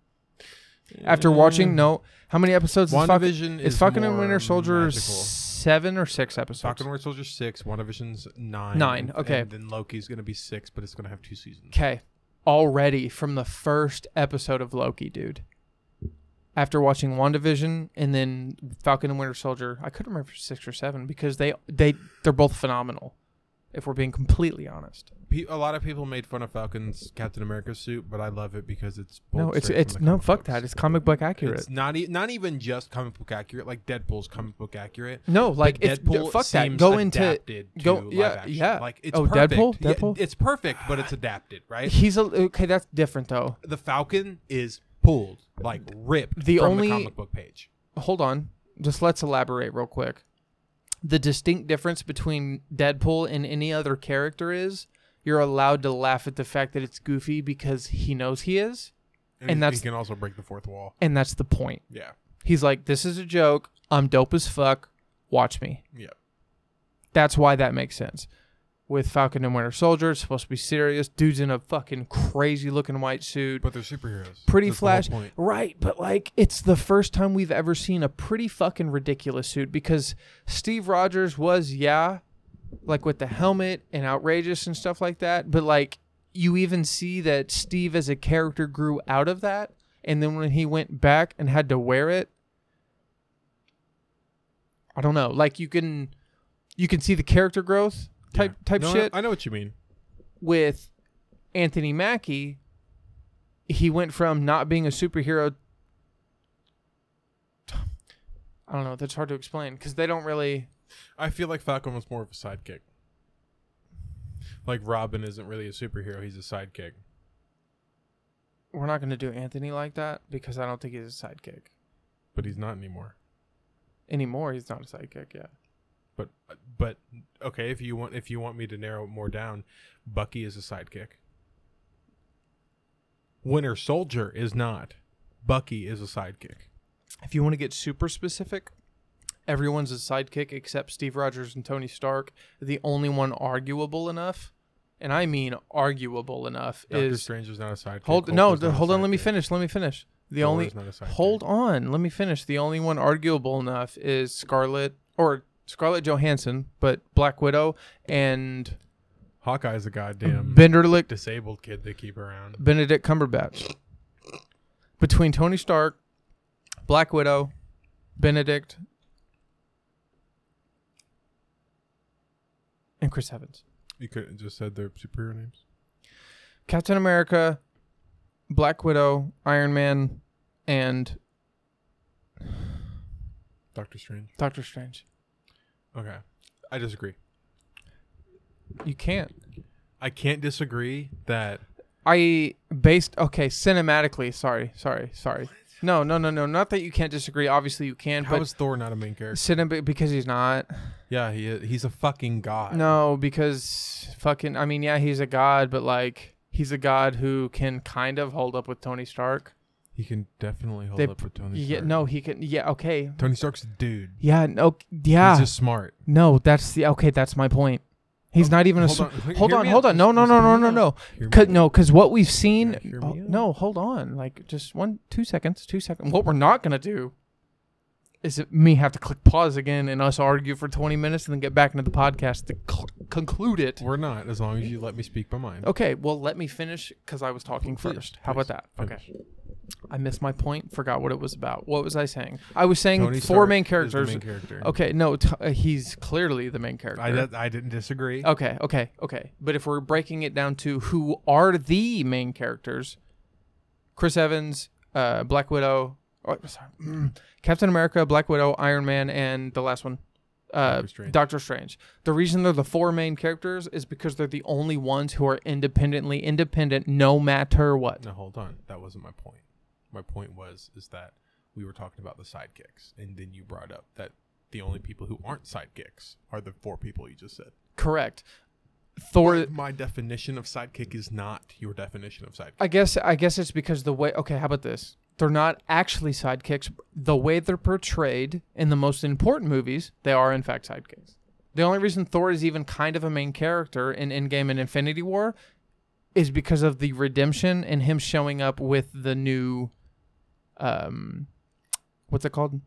Speaker 3: After watching, no, how many episodes? is Falcon-
Speaker 4: WandaVision
Speaker 3: It's
Speaker 4: is
Speaker 3: Falcon and
Speaker 4: more
Speaker 3: Winter Soldier
Speaker 4: magical.
Speaker 3: seven or six episodes.
Speaker 4: Falcon and Winter Soldier six, WandaVision's nine.
Speaker 3: Nine,
Speaker 4: and-
Speaker 3: okay.
Speaker 4: And then Loki's gonna be six, but it's gonna have two seasons.
Speaker 3: Okay. Already from the first episode of Loki, dude. After watching WandaVision and then Falcon and Winter Soldier, I couldn't remember if it was six or seven because they they they're both phenomenal. If we're being completely honest,
Speaker 4: Pe- a lot of people made fun of Falcon's Captain America suit, but I love it because it's pulled
Speaker 3: no, it's
Speaker 4: straight from
Speaker 3: it's
Speaker 4: the
Speaker 3: no
Speaker 4: comic
Speaker 3: fuck
Speaker 4: books.
Speaker 3: that. It's comic book accurate.
Speaker 4: It's not e- not even just comic book accurate. Like Deadpool's comic book accurate.
Speaker 3: no, like
Speaker 4: but
Speaker 3: if
Speaker 4: Deadpool
Speaker 3: fuck that.
Speaker 4: seems
Speaker 3: Go into
Speaker 4: adapted to
Speaker 3: go
Speaker 4: live
Speaker 3: yeah
Speaker 4: action.
Speaker 3: yeah.
Speaker 4: Like it's
Speaker 3: oh
Speaker 4: perfect.
Speaker 3: Deadpool
Speaker 4: Yeah,
Speaker 3: Deadpool.
Speaker 4: it's perfect, but it's adapted, right?
Speaker 3: He's a okay. That's different though.
Speaker 4: the Falcon is pulled, like ripped
Speaker 3: The
Speaker 4: from
Speaker 3: only-
Speaker 4: the comic book page.
Speaker 3: hold on. Just let's elaborate real quick. The distinct difference between Deadpool and any other character is you're allowed to laugh at the fact that it's goofy because he knows he is,
Speaker 4: And,
Speaker 3: and
Speaker 4: he-
Speaker 3: that's-
Speaker 4: he can also break the fourth wall.
Speaker 3: and that's the point.
Speaker 4: Yeah.
Speaker 3: He's like, "This is a joke. I'm dope as fuck. Watch me."
Speaker 4: Yeah.
Speaker 3: That's why that makes sense. With Falcon and Winter Soldier, it's supposed to be serious. Dude's in a fucking crazy looking white suit.
Speaker 4: But they're superheroes.
Speaker 3: pretty
Speaker 4: That's the whole
Speaker 3: flash
Speaker 4: point.
Speaker 3: right but like it's the first time we've ever seen a pretty fucking ridiculous suit because steve rogers was yeah like with the helmet and outrageous and stuff like that but like you even see that steve as a character grew out of that and then when he went back and had to wear it i don't know like you can you can see the character growth type
Speaker 4: Yeah.
Speaker 3: type
Speaker 4: No, I-
Speaker 3: shit
Speaker 4: I know what you mean.
Speaker 3: with Anthony Mackie, he went from not being a superhero. I don't know. That's hard to explain because they don't really.
Speaker 4: I feel like Falcon was more of a sidekick. Like Robin isn't really a superhero; he's a sidekick.
Speaker 3: We're not going to do Anthony like that because I don't think he's a sidekick
Speaker 4: But he's not anymore.
Speaker 3: anymore. He's not a sidekick yet.
Speaker 4: But but okay, if you want if you want me to narrow it more down, Bucky is a sidekick. Winter Soldier is not. Bucky is a sidekick.
Speaker 3: If you want to get super specific, everyone's a sidekick except Steve Rogers and Tony Stark. The only one arguable enough, and I mean arguable enough,
Speaker 4: Doctor
Speaker 3: is
Speaker 4: Strange is not a sidekick.
Speaker 3: Hold
Speaker 4: Hulk
Speaker 3: no,
Speaker 4: is not
Speaker 3: th-
Speaker 4: a
Speaker 3: hold on. Let me
Speaker 4: sidekick.
Speaker 3: finish. Let me finish. The
Speaker 4: Thor
Speaker 3: only
Speaker 4: is not a sidekick.
Speaker 3: hold on. Let me finish. The only one arguable enough is Scarlet or Scarlett Johansson, but Black Widow and
Speaker 4: Hawkeye's a goddamn
Speaker 3: Benderlick
Speaker 4: disabled kid they keep around.
Speaker 3: Benedict Cumberbatch. Between Tony Stark, Black Widow, Benedict, and Chris Evans.
Speaker 4: You could have just said their superhero names.
Speaker 3: Captain America, Black Widow, Iron Man, and
Speaker 4: Doctor Strange.
Speaker 3: Doctor Strange.
Speaker 4: Okay. I disagree.
Speaker 3: You can't.
Speaker 4: I can't disagree that
Speaker 3: I based okay cinematically. Sorry, sorry, sorry. No, no, no, no. Not that you can't disagree. Obviously, you can.
Speaker 4: how
Speaker 3: but
Speaker 4: is Thor not a main character?
Speaker 3: cinema because he's not.
Speaker 4: Yeah, he is, he's a fucking god.
Speaker 3: No, because fucking. I mean, yeah, he's a god, but like he's a god who can kind of hold up with Tony Stark.
Speaker 4: He can definitely hold
Speaker 3: They-
Speaker 4: up with Tony Stark.
Speaker 3: Yeah, no, he can. Yeah, okay.
Speaker 4: Tony Stark's a dude.
Speaker 3: Yeah, no, yeah.
Speaker 4: He's just smart.
Speaker 3: no, that's the okay. That's my point. He's not even a.
Speaker 4: Hold
Speaker 3: s-
Speaker 4: on.
Speaker 3: Hold
Speaker 4: Hear
Speaker 3: on,
Speaker 4: me
Speaker 3: hold
Speaker 4: out.
Speaker 3: on. No, no,
Speaker 4: Just-
Speaker 3: no,
Speaker 4: just
Speaker 3: no,
Speaker 4: hear
Speaker 3: no,
Speaker 4: me
Speaker 3: no.
Speaker 4: out. Hear me
Speaker 3: Cause,
Speaker 4: out.
Speaker 3: no, because what we've seen.
Speaker 4: Yeah, hear
Speaker 3: oh,
Speaker 4: me out.
Speaker 3: no, hold on. Like just one, two seconds, two seconds. What we're not gonna do is it me have to click pause again and us argue for twenty minutes and then get back into the podcast to cl- conclude it.
Speaker 4: We're not, as long as you let me speak my mind.
Speaker 3: Okay, well let me finish because I was talking
Speaker 4: Please,
Speaker 3: first. How
Speaker 4: please,
Speaker 3: about that? Okay. I missed my point. Forgot what it was about. What was I saying? I was saying
Speaker 4: Tony
Speaker 3: four
Speaker 4: Stark
Speaker 3: main
Speaker 4: is the main
Speaker 3: characters.
Speaker 4: character.
Speaker 3: Okay, no, t- uh, he's clearly the main character.
Speaker 4: I, di- I didn't disagree.
Speaker 3: Okay, okay, okay. But if we're breaking it down to who are the main characters, Chris Evans, uh, Black Widow, oh, sorry, mm, Captain America, Black Widow, Iron Man, and the last one, uh,
Speaker 4: Doctor Strange.
Speaker 3: Doctor Strange. The reason they're the four main characters is because they're the only ones who are independently independent, no matter what.
Speaker 4: No, hold on. That wasn't my point. My point was is that we were talking about the sidekicks, and then you brought up that the only people who aren't sidekicks are the four people you just said.
Speaker 3: Correct. Thor.
Speaker 4: My definition of sidekick is not your definition of sidekick.
Speaker 3: I guess I guess it's because the way okay, how about this? They're not actually sidekicks. The way they're portrayed in the most important movies, they are in fact sidekicks. The only reason Thor is even kind of a main character in Endgame and Infinity War is because of the redemption and him showing up with the new um what's it called?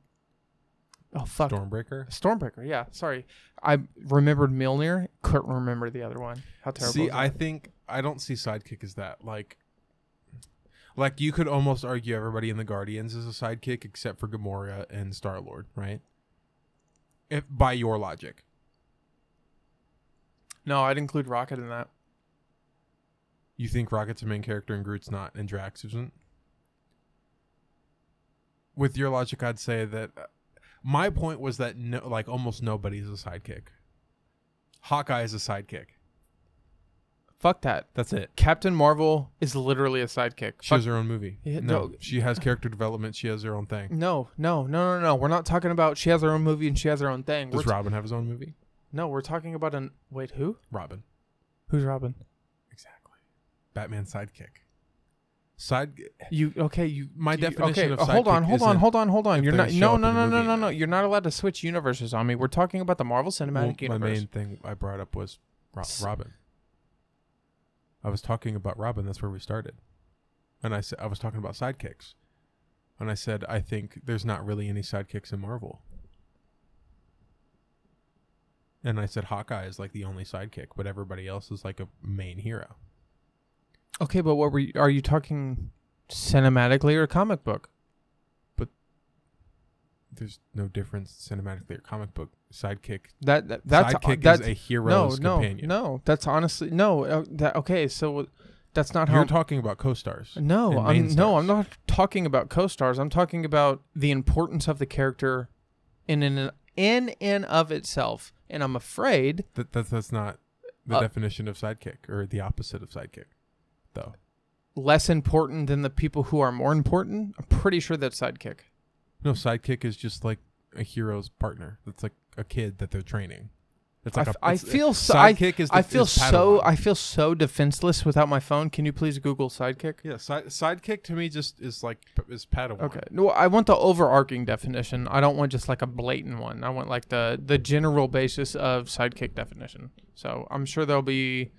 Speaker 3: Oh fuck.
Speaker 4: Stormbreaker.
Speaker 3: Stormbreaker, yeah. Sorry. I remembered Mjolnir, couldn't remember the other one. How terrible.
Speaker 4: See,
Speaker 3: is
Speaker 4: I
Speaker 3: that?
Speaker 4: think I don't see sidekick as that. Like, like you could almost argue everybody in the Guardians is a sidekick except for Gamora and Star Lord, right? If by your logic,
Speaker 3: No, I'd include Rocket in that.
Speaker 4: you think Rocket's a main character and Groot's not, and Drax isn't. With your logic, I'd say that uh, my point was that no, like almost nobody is a sidekick. Hawkeye is a sidekick.
Speaker 3: Fuck that.
Speaker 4: That's it.
Speaker 3: Captain Marvel is literally a sidekick.
Speaker 4: She
Speaker 3: Fuck-
Speaker 4: has her own movie. no,
Speaker 3: Yeah, no. Mm,
Speaker 4: she has character development. She has her own thing.
Speaker 3: no, no, no, no, no. We're not talking about she has her own movie and she has her own thing. We're
Speaker 4: Does
Speaker 3: t-
Speaker 4: Robin have his own movie?
Speaker 3: no, we're talking about an wait, who?
Speaker 4: Robin.
Speaker 3: Who's Robin?
Speaker 4: Exactly. Batman's sidekick. Side.
Speaker 3: You okay? You
Speaker 4: My
Speaker 3: you-
Speaker 4: definition
Speaker 3: okay,
Speaker 4: of
Speaker 3: uh, hold on,
Speaker 4: sidekick
Speaker 3: hold on,
Speaker 4: isn't
Speaker 3: hold on, hold on.
Speaker 4: if
Speaker 3: You're
Speaker 4: they
Speaker 3: not
Speaker 4: show
Speaker 3: no,
Speaker 4: up
Speaker 3: no,
Speaker 4: in
Speaker 3: no,
Speaker 4: the
Speaker 3: no,
Speaker 4: movie.
Speaker 3: no, no. You're not allowed to switch universes on me. We're talking about the Marvel
Speaker 4: Well,
Speaker 3: Cinematic
Speaker 4: my
Speaker 3: Universe.
Speaker 4: main thing I brought up was Ro-
Speaker 3: S-
Speaker 4: Robin. I was talking about Robin. That's where we started, and I said I was talking about sidekicks, and I said I think there's not really any sidekicks in Marvel. And I said Hawkeye is like the only sidekick, but everybody else is like a main hero.
Speaker 3: Okay, but what were you, are you talking cinematically or comic book?
Speaker 4: There's no difference cinematically or comic book sidekick.
Speaker 3: That, that that's
Speaker 4: sidekick
Speaker 3: that's
Speaker 4: is a hero's
Speaker 3: no,
Speaker 4: companion.
Speaker 3: No, no, that's honestly no. Uh, that, okay, so that's not how
Speaker 4: You're talking about co-stars.
Speaker 3: No,
Speaker 4: and
Speaker 3: I'm
Speaker 4: main
Speaker 3: no, I'm
Speaker 4: stars.
Speaker 3: not talking about co-stars. I'm talking about the importance of the character in an in and of itself. And I'm afraid
Speaker 4: That, that's that's not the
Speaker 3: Uh,
Speaker 4: definition of sidekick or the opposite of sidekick, though.
Speaker 3: less important than the people who are more important. I'm pretty sure that's sidekick.
Speaker 4: No, sidekick is just like a hero's partner. That's like a kid that they're training. It's
Speaker 3: I
Speaker 4: like
Speaker 3: f-
Speaker 4: a-
Speaker 3: I
Speaker 4: it's-
Speaker 3: feel so.
Speaker 4: sidekick
Speaker 3: I,
Speaker 4: is. The,
Speaker 3: I feel
Speaker 4: is Padawan.
Speaker 3: so. I feel so defenseless without my phone. Can you please Google sidekick?
Speaker 4: yeah. Side, sidekick to me just is like p- is Padawan.
Speaker 3: Okay. No, I want the overarching definition. I don't want just like a blatant one. I want like the the general basis of sidekick definition. So I'm sure there'll be.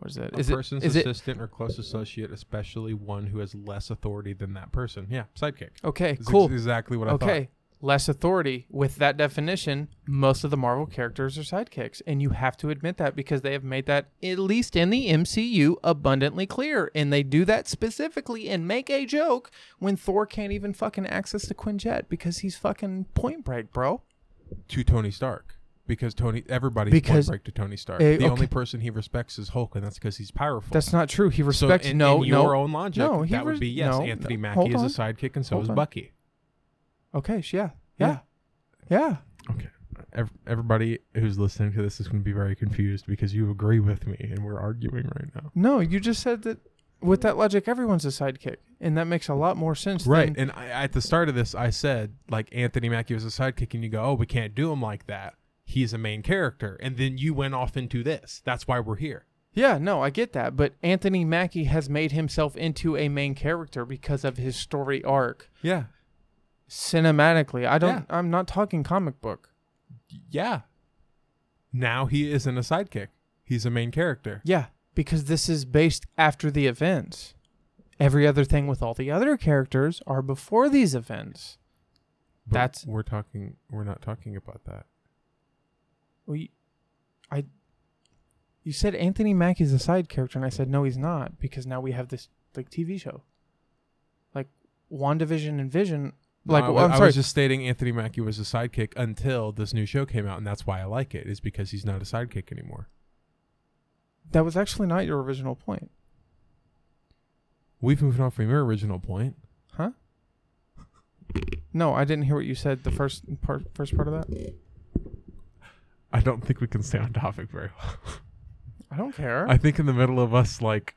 Speaker 3: What is that?
Speaker 4: A
Speaker 3: Is
Speaker 4: person's
Speaker 3: it? Is it?
Speaker 4: assistant or close associate, especially one who has less authority than that person. Yeah, sidekick.
Speaker 3: Okay.
Speaker 4: It's ex-
Speaker 3: Cool.
Speaker 4: exactly what I thought.
Speaker 3: Okay. Less authority. With that definition, most of the Marvel characters are sidekicks. And you have to admit that because they have made that, at least in the MCU, abundantly clear. And they do that specifically and make a joke when Thor can't even fucking access the Quinjet because he's fucking point break, bro.
Speaker 4: to Tony Stark because Tony everybody's
Speaker 3: Because-
Speaker 4: because, break to Tony Stark.
Speaker 3: Eh,
Speaker 4: the
Speaker 3: okay.
Speaker 4: only person he respects is Hulk, and that's because he's powerful.
Speaker 3: That's not true. He
Speaker 4: so
Speaker 3: respects
Speaker 4: in,
Speaker 3: no,
Speaker 4: in
Speaker 3: no.
Speaker 4: your own logic,
Speaker 3: No, he
Speaker 4: that
Speaker 3: re-
Speaker 4: would be yes.
Speaker 3: no,
Speaker 4: Anthony
Speaker 3: no,
Speaker 4: Mackie
Speaker 3: hold
Speaker 4: is
Speaker 3: on.
Speaker 4: a sidekick, and so
Speaker 3: Hold
Speaker 4: is
Speaker 3: on.
Speaker 4: Bucky.
Speaker 3: Okay. sh- Yeah. Yeah. Yeah.
Speaker 4: Okay. ev- everybody who's listening to this is going to be very confused because you agree with me and we're arguing right now.
Speaker 3: No, you just said that with that logic, everyone's a sidekick, and that makes a lot more sense.
Speaker 4: Right.
Speaker 3: than-
Speaker 4: And I, at the start of this, I said like Anthony Mackie was a sidekick, and you go, "Oh, we can't do him like that. He's a main character." And then you went off into this. That's why we're here.
Speaker 3: yeah, no, I get that, but Anthony Mackie has made himself into a main character because of his story arc,
Speaker 4: Yeah.
Speaker 3: cinematically. I don't. I'm not talking comic book.
Speaker 4: Yeah. Now he isn't a sidekick. He's a main character.
Speaker 3: Yeah, because this is based after the events. Every other thing with all the other characters are before these events.
Speaker 4: But
Speaker 3: That's-
Speaker 4: we're talking. We're not talking about that.
Speaker 3: We, I, you said Anthony Mackie's a side character, and I said no, he's not, because now we have this like TV show, like Wandavision and Vision. Like
Speaker 4: I,
Speaker 3: well,
Speaker 4: wa-
Speaker 3: I'm
Speaker 4: I
Speaker 3: sorry,
Speaker 4: was just stating Anthony Mackie was a sidekick until this new show came out, and that's why I like it. Is because he's not a sidekick anymore.
Speaker 3: that was actually not your original point,
Speaker 4: We've moved on from your original point.
Speaker 3: huh? No, I didn't hear what you said. The first part, first part of that.
Speaker 4: I don't think we can stay on topic very well.
Speaker 3: I don't care.
Speaker 4: I think in the middle of us, like,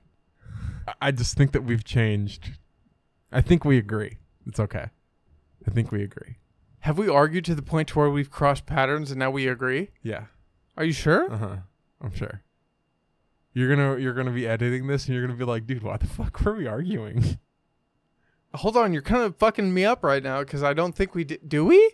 Speaker 4: I- I just think that we've changed. I think we agree. It's okay. I think we agree.
Speaker 3: have we argued to the point to where we've crossed patterns and now we agree?
Speaker 4: Yeah.
Speaker 3: Are you sure?
Speaker 4: Uh huh. I'm sure. You're gonna you're gonna be editing this and you're gonna be like, dude, why the fuck were we arguing?
Speaker 3: Uh, Hold on, you're kind of fucking me up right now because I don't think we di- do. We?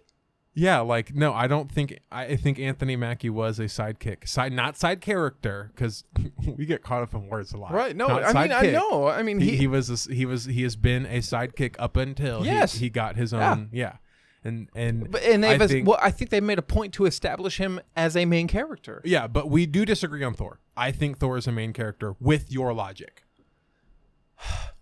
Speaker 4: yeah, like no, I don't think I I think Anthony Mackie was a sidekick, side not side character, because we get caught up in words a lot.
Speaker 3: Right? No,
Speaker 4: Not
Speaker 3: I mean I
Speaker 4: sidekick.
Speaker 3: know. I mean
Speaker 4: he, he was a s he was he has been a sidekick up until he-
Speaker 3: Yes.
Speaker 4: he, got his
Speaker 3: Yeah.
Speaker 4: own yeah, and and
Speaker 3: But and they've
Speaker 4: I
Speaker 3: as-
Speaker 4: think-
Speaker 3: well, I think they made a point to establish him as a main character.
Speaker 4: yeah but we do disagree on Thor I think Thor is a main character with your logic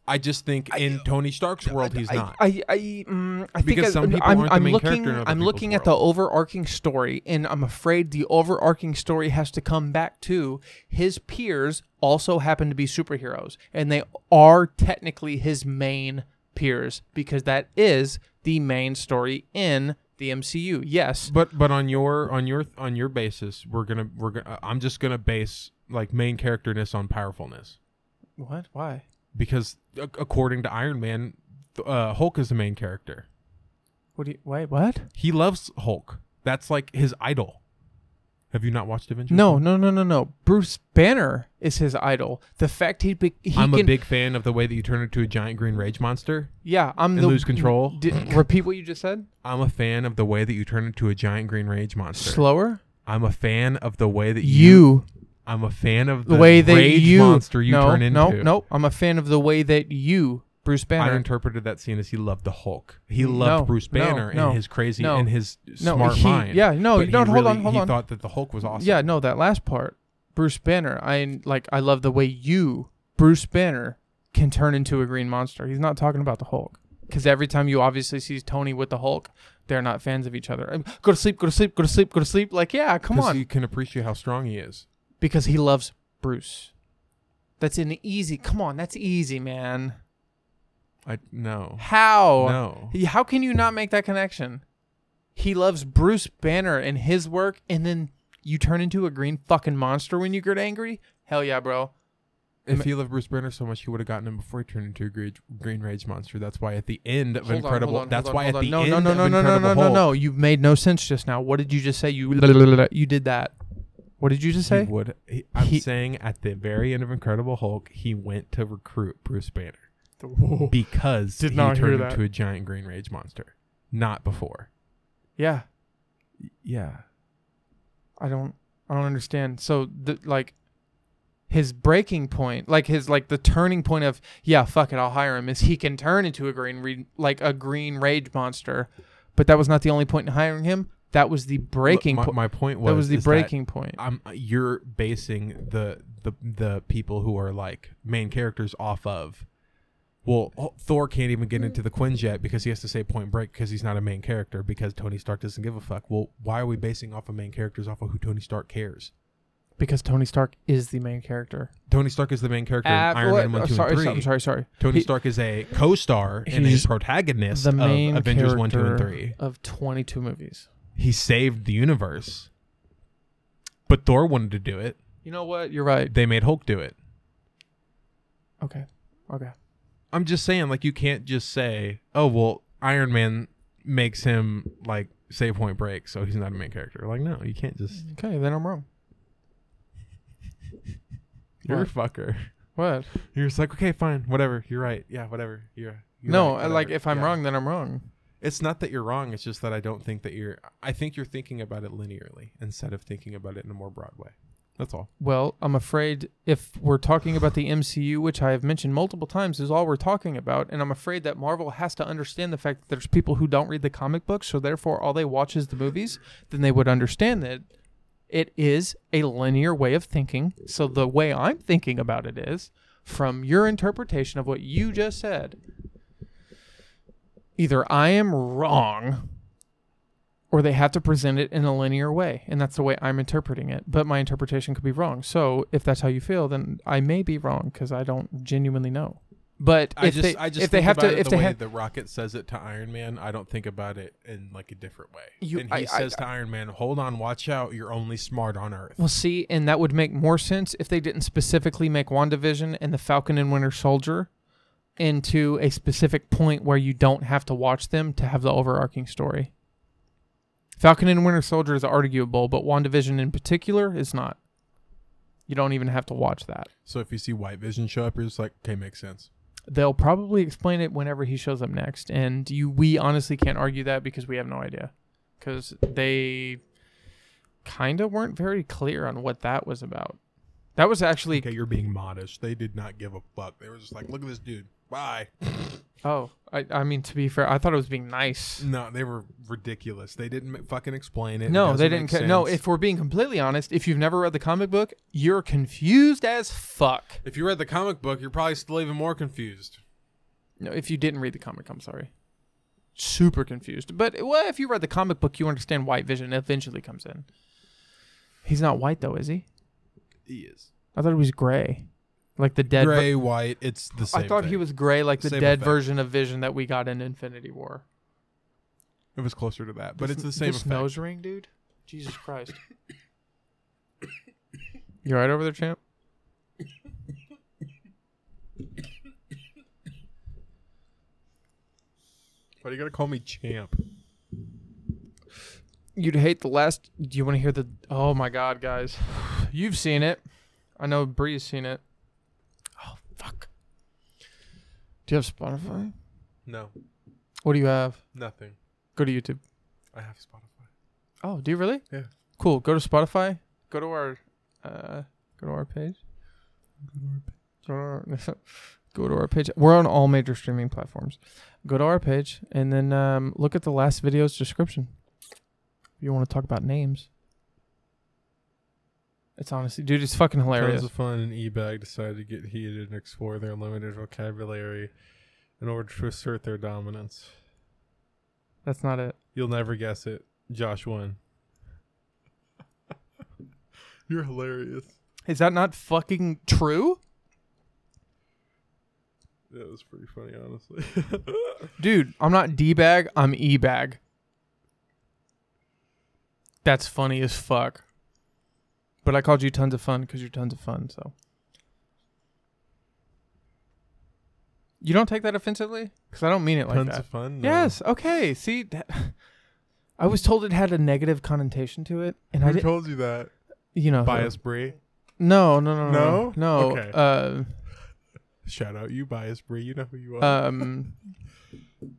Speaker 4: I just think in Tony Stark's world he's not
Speaker 3: I I, mm, I think
Speaker 4: Because
Speaker 3: I,
Speaker 4: some people
Speaker 3: I'm,
Speaker 4: aren't the
Speaker 3: I'm
Speaker 4: main
Speaker 3: looking
Speaker 4: character in other
Speaker 3: I'm
Speaker 4: people's
Speaker 3: looking at the overarching story, and I'm afraid the overarching story has to come back to his peers also happen to be superheroes, and they are technically his main peers because that is the main story in the MCU. Yes,
Speaker 4: but but on your on your on your basis we're gonna we're gonna uh, I'm just gonna base like main characterness on powerfulness
Speaker 3: what? Why?
Speaker 4: because ac- according to Iron Man th- uh, Hulk is the main character
Speaker 3: What do you? Wait, what?
Speaker 4: he loves Hulk that's like his idol have you not watched Avengers
Speaker 3: No, no, no, no, no. Bruce Banner is his idol. The fact he be- he
Speaker 4: I'm
Speaker 3: can
Speaker 4: a big fan of the way that you turn into a giant green rage monster.
Speaker 3: yeah, I'm
Speaker 4: and
Speaker 3: the
Speaker 4: lose control.
Speaker 3: D- repeat what you just said.
Speaker 4: I'm a fan of the way that you turn into a giant green rage monster.
Speaker 3: Slower.
Speaker 4: I'm a fan of the way that you.
Speaker 3: You
Speaker 4: I'm a fan of
Speaker 3: the, way that
Speaker 4: rage
Speaker 3: you
Speaker 4: monster you
Speaker 3: no,
Speaker 4: turn into.
Speaker 3: No, no. I'm a fan of the way that you Bruce
Speaker 4: I
Speaker 3: Banner. Mm,
Speaker 4: interpreted that scene as he loved the Hulk. He loved
Speaker 3: No,
Speaker 4: Bruce
Speaker 3: no,
Speaker 4: Banner
Speaker 3: no,
Speaker 4: and his crazy
Speaker 3: no,
Speaker 4: and his
Speaker 3: no,
Speaker 4: smart
Speaker 3: he-
Speaker 4: mind.
Speaker 3: yeah, no,
Speaker 4: But he
Speaker 3: don't- hold
Speaker 4: really-
Speaker 3: on, hold
Speaker 4: he
Speaker 3: on.
Speaker 4: thought that the Hulk was awesome.
Speaker 3: Yeah, no, that last part. Bruce Banner. I like I love the way you Bruce Banner can turn into a green monster. He's not talking about the Hulk. Because every time you obviously see Tony with the Hulk, they're not fans of each other. Um, Go to sleep, go to sleep, go to sleep, go to sleep. Like, yeah, come
Speaker 4: 'Cause
Speaker 3: on.
Speaker 4: You can appreciate how strong he is.
Speaker 3: because he loves Bruce. That's an easy. Come on, that's easy, man.
Speaker 4: I no.
Speaker 3: How?
Speaker 4: No.
Speaker 3: He- How can you not make that connection? He loves Bruce Banner and his work, and then you turn into a green fucking monster when you get angry. Hell yeah, bro.
Speaker 4: If he loved Bruce Banner so much, he would have gotten him before he turned into a green, green rage monster. That's why at the end of
Speaker 3: Hold on,
Speaker 4: Incredible,
Speaker 3: hold on,
Speaker 4: that's
Speaker 3: hold on,
Speaker 4: why
Speaker 3: hold
Speaker 4: at
Speaker 3: on.
Speaker 4: the
Speaker 3: no,
Speaker 4: end
Speaker 3: no, no,
Speaker 4: of
Speaker 3: no, no, no,
Speaker 4: Incredible
Speaker 3: no, no,
Speaker 4: Hulk,
Speaker 3: no. You made no sense just now. What did you just say? You you did that. What did you just
Speaker 4: he
Speaker 3: say?
Speaker 4: would. He, I'm
Speaker 3: He-
Speaker 4: saying at the very end of Incredible Hulk, he went to recruit Bruce Banner because
Speaker 3: Did
Speaker 4: he
Speaker 3: not hear
Speaker 4: turned
Speaker 3: that.
Speaker 4: into a giant green rage monster, not before.
Speaker 3: Yeah,
Speaker 4: Yeah,
Speaker 3: I don't I don't understand. So the like his breaking point, like his like the turning point of yeah, fuck it, I'll hire him is he can turn into a green re- like a green rage monster. But that was not the only point in hiring him. That was the breaking
Speaker 4: My,
Speaker 3: point.
Speaker 4: my point was
Speaker 3: That was the
Speaker 4: is
Speaker 3: breaking point.
Speaker 4: I'm you're basing the the the people who are like main characters off of. Well, H- Thor can't even get into the Quinjet because he has to say Point Break because he's not a main character because Tony Stark doesn't give a fuck. Well, why are we basing off of main characters off of who Tony Stark cares?
Speaker 3: because Tony Stark is the main character.
Speaker 4: Tony Stark is the main character
Speaker 3: Ah,
Speaker 4: in Iron
Speaker 3: what?
Speaker 4: Man one,
Speaker 3: Oh,
Speaker 4: two,
Speaker 3: sorry,
Speaker 4: and
Speaker 3: so-
Speaker 4: three.
Speaker 3: I'm sorry, sorry.
Speaker 4: Tony
Speaker 3: He-
Speaker 4: Stark is a co-star and a
Speaker 3: he's
Speaker 4: protagonist
Speaker 3: the main
Speaker 4: of Avengers one, two, and
Speaker 3: character
Speaker 4: three.
Speaker 3: of 22 movies.
Speaker 4: he saved the universe. But Thor wanted to do it.
Speaker 3: You know what? You're right.
Speaker 4: They made Hulk do it.
Speaker 3: Okay. Okay.
Speaker 4: I'm just saying, like, you can't just say, "Oh, well, Iron Man makes him like save Point Break, so he's not a main character." Like, no, you can't just.
Speaker 3: Okay, then I'm wrong.
Speaker 4: You're a
Speaker 3: What?
Speaker 4: fucker.
Speaker 3: What?
Speaker 4: You're just like, okay, fine, whatever. You're right. Yeah, whatever. You're. you're
Speaker 3: no,
Speaker 4: right,
Speaker 3: I- like
Speaker 4: whatever.
Speaker 3: if I'm
Speaker 4: Yeah.
Speaker 3: wrong, then I'm wrong.
Speaker 4: it's not that you're wrong. It's just that I don't think that you're. I think you're thinking about it linearly instead of thinking about it in a more broad way. That's all.
Speaker 3: Well, I'm afraid if we're talking about the MCU, which I have mentioned multiple times, is all we're talking about, and I'm afraid that Marvel has to understand the fact that there's people who don't read the comic books, so therefore all they watch is the movies, then they would understand that it is a linear way of thinking. So the way I'm thinking about it is from your interpretation of what you just said, either I am wrong or they have to present it in a linear way and that's the way i'm interpreting it but my interpretation could be wrong so if that's how you feel then i may be wrong because i don't genuinely know but
Speaker 4: I
Speaker 3: if
Speaker 4: just.
Speaker 3: they
Speaker 4: I just.
Speaker 3: if they
Speaker 4: think
Speaker 3: have
Speaker 4: about
Speaker 3: to
Speaker 4: it
Speaker 3: if
Speaker 4: the
Speaker 3: they
Speaker 4: way
Speaker 3: have
Speaker 4: the Rocket says it to Iron Man, I don't think about it in like a different way.
Speaker 3: You-
Speaker 4: and
Speaker 3: I- I-
Speaker 4: he says to Iron Man, "Hold on, watch out. You're only smart on Earth."
Speaker 3: well see and that would make more sense if they didn't specifically make wandavision and the falcon and winter soldier into a specific point where you don't have to watch them to have the overarching story falcon and winter soldier is arguable but wandavision in particular is not you don't even have to watch that
Speaker 4: So if you see White Vision show up, you're just like, "Okay, makes sense."
Speaker 3: they'll probably explain it whenever he shows up next and you we honestly can't argue that because we have no idea because they kind of weren't very clear on what that was about that was actually
Speaker 4: Okay, you're being modest. They did not give a fuck. They were just like, "Look at this dude." Bye.
Speaker 3: oh I, I mean to be fair i thought it was being nice
Speaker 4: No, they were ridiculous. They didn't ma- fucking explain it. It
Speaker 3: no they
Speaker 4: doesn't
Speaker 3: didn't
Speaker 4: make
Speaker 3: ca- no
Speaker 4: sense.
Speaker 3: if we're being completely honest if you've never read the comic book you're confused as fuck
Speaker 4: If you read the comic book, you're probably still even more confused.
Speaker 3: No, if you didn't read the comic, I'm sorry. Super confused. But well, if you read the comic book, you understand White Vision eventually comes in. He's not white though, is he?
Speaker 4: He is
Speaker 3: I thought he was gray, like the dead. ver-
Speaker 4: gray, white. It's the same.
Speaker 3: I thought he
Speaker 4: thing.
Speaker 3: was gray, like the
Speaker 4: Same
Speaker 3: dead
Speaker 4: effect.
Speaker 3: version of Vision that we got in Infinity War.
Speaker 4: It was closer to that, but
Speaker 3: This-
Speaker 4: it's the same
Speaker 3: This
Speaker 4: effect.
Speaker 3: nose ring, dude. Jesus Christ. you all right over there, champ?
Speaker 4: Why do you gotta call me champ?
Speaker 3: You'd hate the last. Do you want to hear the? Oh my God, guys, you've seen it. I know Bree's seen it. Oh fuck. Do you have Spotify?
Speaker 4: No,
Speaker 3: What do you have?
Speaker 4: nothing.
Speaker 3: Go to YouTube.
Speaker 4: I have Spotify.
Speaker 3: Oh, do you really?
Speaker 4: Yeah.
Speaker 3: Cool. Go to Spotify. Go to our. Uh, go to our page. Go to our. go to our page. We're on all major streaming platforms. Go to our page and then um, look at the last video's description. If you want to talk about names. It's honestly, dude, it's fucking hilarious.
Speaker 4: Tons of fun and eBag decided to get heated and explore their limited vocabulary in order to assert their dominance.
Speaker 3: That's not it.
Speaker 4: You'll never guess it. Josh won. You're hilarious.
Speaker 3: Is that not fucking true?
Speaker 4: That was pretty funny, honestly.
Speaker 3: Dude, I'm not D bag, I'm E bag. That's funny as fuck. But I called you tons of fun because you're tons of fun, so. You don't take that offensively? Because I don't mean it like
Speaker 4: Tons
Speaker 3: that.
Speaker 4: of fun. No.
Speaker 3: Yes, okay. See, that, I was told it had a negative connotation to it, and I Uh-huh.
Speaker 4: Who
Speaker 3: didn't.
Speaker 4: told you that?
Speaker 3: You know. who-
Speaker 4: Bias Bree.
Speaker 3: No, no, no, no.
Speaker 4: No?
Speaker 3: No.
Speaker 4: Okay.
Speaker 3: Uh,
Speaker 4: Shout out you, Bias Bree. You know who you are.
Speaker 3: um,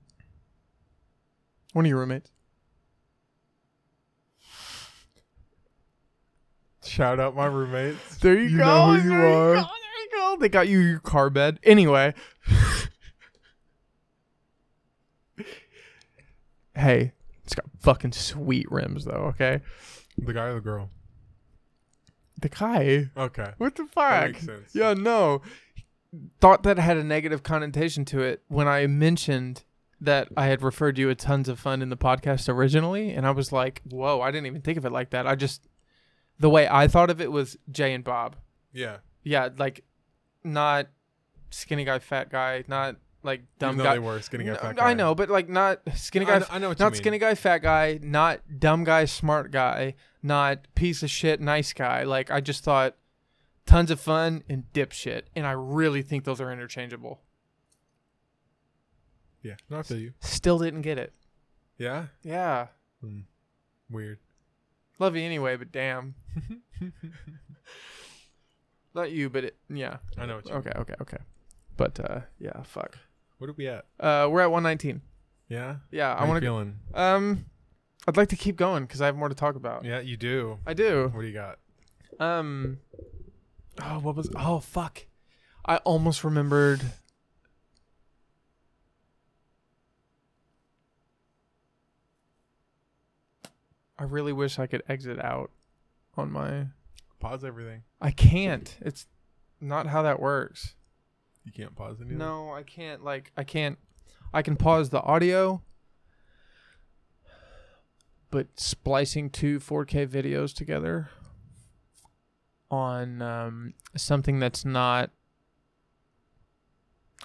Speaker 3: one of your roommates.
Speaker 4: Shout out my roommates.
Speaker 3: There you,
Speaker 4: You
Speaker 3: go.
Speaker 4: know who you
Speaker 3: there
Speaker 4: are.
Speaker 3: go. There you go. They got you your car bed. Anyway. hey, it's got fucking sweet rims though, okay?
Speaker 4: The guy or the girl?
Speaker 3: The guy.
Speaker 4: Okay.
Speaker 3: What the
Speaker 4: That
Speaker 3: fuck?
Speaker 4: makes sense.
Speaker 3: Yeah, no. Thought that had a negative connotation to it when I mentioned that I had referred you a tons of fun in the podcast originally, and I was like, "Whoa, I didn't even think of it like that." I just the way I thought of it was Jay and Bob.
Speaker 4: Yeah.
Speaker 3: Yeah, like not skinny guy, fat guy, not like
Speaker 4: Even
Speaker 3: dumb
Speaker 4: though
Speaker 3: guy.
Speaker 4: they were skinny guy,
Speaker 3: No,
Speaker 4: fat
Speaker 3: I
Speaker 4: guy.
Speaker 3: know, but like not skinny
Speaker 4: I
Speaker 3: guy.
Speaker 4: kn- I know what you
Speaker 3: not
Speaker 4: mean.
Speaker 3: skinny guy, fat guy. Not dumb guy, smart guy. Not piece of shit, nice guy. Like I just thought, tons of fun and dipshit, and I really think those are interchangeable.
Speaker 4: Yeah, no, I feel you.
Speaker 3: Still didn't get it.
Speaker 4: Yeah,
Speaker 3: Yeah,
Speaker 4: Hmm. weird.
Speaker 3: love you anyway, but damn. not you, but it, yeah.
Speaker 4: I know what you.
Speaker 3: Okay, okay, okay. But uh, yeah, fuck.
Speaker 4: What are we at?
Speaker 3: Uh, we're at 119.
Speaker 4: Yeah,
Speaker 3: Yeah,
Speaker 4: How
Speaker 3: I
Speaker 4: you
Speaker 3: want to.
Speaker 4: feeling.
Speaker 3: Um, I'd like to keep going because I have more to talk about.
Speaker 4: Yeah, you do.
Speaker 3: I do.
Speaker 4: What do you got?
Speaker 3: Um. Oh, what was? Oh, fuck! I almost remembered. I really wish I could exit out on my.
Speaker 4: Pause everything.
Speaker 3: I can't. It's not how that works.
Speaker 4: You can't pause anything.
Speaker 3: No, I can't. Like, I can't. I can pause the audio, but splicing two 4K videos together on um, something that's not